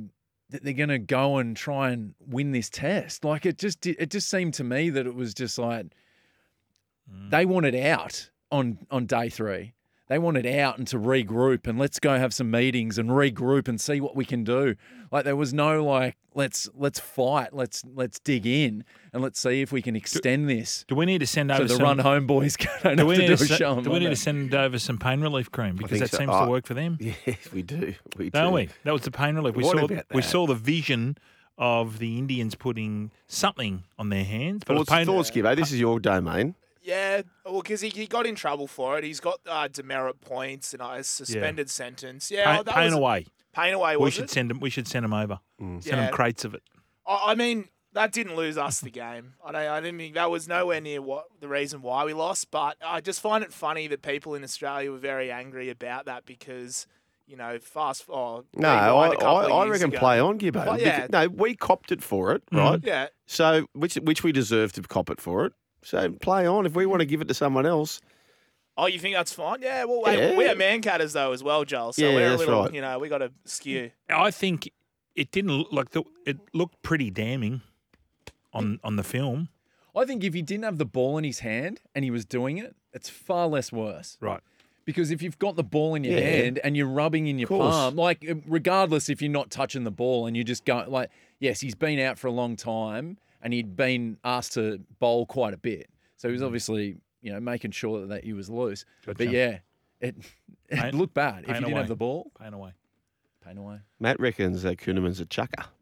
Speaker 5: that they're going to go and try and win this test? Like it just it just seemed to me that it was just like
Speaker 4: Mm.
Speaker 5: they wanted out on on day three. They wanted out and to regroup and let's go have some meetings and regroup and see what we can do. Like there was no like let's let's fight, let's let's dig in and let's see if we can extend this.
Speaker 4: Do we need to send
Speaker 5: So
Speaker 4: over
Speaker 5: the
Speaker 4: some,
Speaker 5: run home boys don't
Speaker 4: Do
Speaker 5: have
Speaker 4: we,
Speaker 5: to
Speaker 4: need
Speaker 5: do
Speaker 4: to,
Speaker 5: a
Speaker 4: se-
Speaker 5: show. on
Speaker 4: do we need
Speaker 5: Monday.
Speaker 4: to send over some pain relief cream because
Speaker 3: think
Speaker 4: that
Speaker 3: so.
Speaker 4: seems
Speaker 3: I-
Speaker 4: to work for them?
Speaker 3: Yes, we do. We do.
Speaker 4: don't we? That was the pain relief. We
Speaker 3: What
Speaker 4: saw
Speaker 3: about
Speaker 4: we
Speaker 3: that?
Speaker 4: saw the vision of the Indians putting something on their hands, but it was
Speaker 3: Thoughts,
Speaker 4: pain.
Speaker 3: thoughts, Gibbo. This is your domain.
Speaker 6: Yeah, well, because he, he got in trouble for it. He's got uh, demerit points and a suspended sentence. Yeah,
Speaker 4: pain,
Speaker 6: oh, that
Speaker 4: pain
Speaker 6: was,
Speaker 4: away.
Speaker 6: Pain away.
Speaker 4: We
Speaker 6: Was
Speaker 4: should
Speaker 6: it?
Speaker 4: send them. We should send them over. Send
Speaker 6: Yeah.
Speaker 4: them crates of it.
Speaker 6: I, I mean, that didn't lose us the game. I don't. I didn't think that was nowhere near what the reason why we lost. But I just find it funny that people in Australia were very angry about that because you know, fast. Oh,
Speaker 3: No,
Speaker 6: rewind
Speaker 3: I,
Speaker 6: a couple
Speaker 3: I,
Speaker 6: of
Speaker 3: I
Speaker 6: years
Speaker 3: reckon
Speaker 6: ago.
Speaker 3: play on, Gibbo.
Speaker 6: Well, yeah. Hmm.
Speaker 3: Becau- No, we copped it for it, right?
Speaker 6: Yeah,
Speaker 3: So, which which we deserve to cop it for it. So play on.
Speaker 6: Hmm.
Speaker 3: If we want to give it to someone else,
Speaker 6: Oh, you think that's fine? Yeah. Well, wait,
Speaker 3: Yeah.
Speaker 6: we are man catters though as well, Joel. So
Speaker 3: Yeah,
Speaker 6: we're
Speaker 3: that's
Speaker 6: a little,
Speaker 3: right.
Speaker 6: you know, we got to skew.
Speaker 4: I think it didn't look like the, it looked pretty damning on on the film.
Speaker 5: I think if he didn't have the ball in his hand and he was doing it, it's far less worse.
Speaker 4: Right.
Speaker 5: Because if you've got the ball in your
Speaker 3: Yeah.
Speaker 5: hand and you're rubbing in your
Speaker 3: course.
Speaker 5: palm, like uh, regardless if you're not touching the ball and you just go like, yes, he's been out for a long time and he'd been asked to bowl quite a bit. So he was obviously, you know, making sure that, that he was loose.
Speaker 3: Mm. Gotcha.
Speaker 5: But yeah, it, it
Speaker 4: Pain-
Speaker 5: looked bad if you
Speaker 4: pain
Speaker 5: didn't
Speaker 4: away.
Speaker 5: have the ball.
Speaker 4: Pain away.
Speaker 5: Pain away.
Speaker 3: Matt reckons that Kuhneman's a chucker.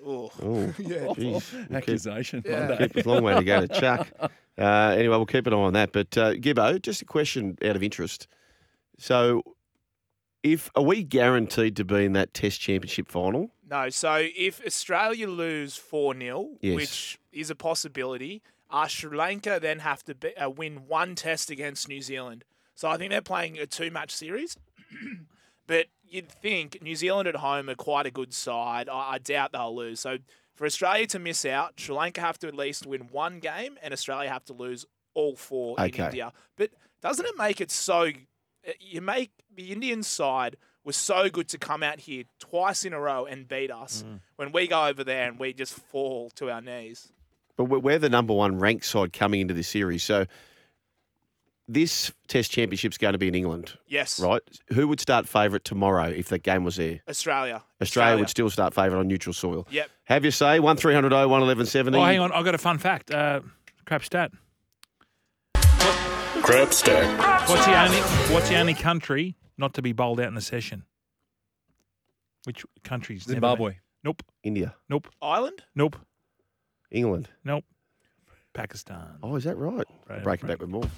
Speaker 3: Oh,
Speaker 5: Yeah.
Speaker 3: jeez. We'll keep-
Speaker 5: Accusation.
Speaker 3: we'll
Speaker 5: Monday.
Speaker 3: keep- it's a long way to go to chuck. Uh, anyway, we'll keep an eye on that. But uh, Gibbo, just a question out of interest. So, if are we guaranteed to be in that Test Championship final?
Speaker 6: No, so if Australia lose 4 0,
Speaker 3: Yes.
Speaker 6: which is a possibility, uh, Sri Lanka then have to be, uh, win one test against New Zealand. So I think they're playing a two match series. but you'd think New Zealand at home are quite a good side. I, I doubt they'll lose. So for Australia to miss out, Sri Lanka have to at least win one game, and Australia have to lose all four
Speaker 3: Okay.
Speaker 6: in India. But doesn't it make it so? eh, You make the Indian side was so good to come out here twice in a row and beat us when we go over there and we just fall to our knees.
Speaker 3: But we're- we're the number one ranked side coming into this series. So, this Test Championship's going to be in England,
Speaker 6: Yes,
Speaker 3: right? Who would start favourite tomorrow if the game was there?
Speaker 6: Australia.
Speaker 3: Australia, would still start favourite on neutral soil.
Speaker 6: Yep.
Speaker 3: Have your say. One 1170
Speaker 4: Oh, hang on. I've got a fun fact. Uh, crap stat.
Speaker 15: Crap stack.
Speaker 4: What's the only What's the only country not to be bowled out in the session? Which country's never been-
Speaker 5: Zimbabwe.
Speaker 4: Nope.
Speaker 3: India,
Speaker 4: Nope.
Speaker 6: Ireland.
Speaker 4: Nope.
Speaker 3: England.
Speaker 4: Nope. Pakistan.
Speaker 3: Oh, is that right? I'll
Speaker 4: Right,
Speaker 3: break it
Speaker 4: right.
Speaker 3: back with more.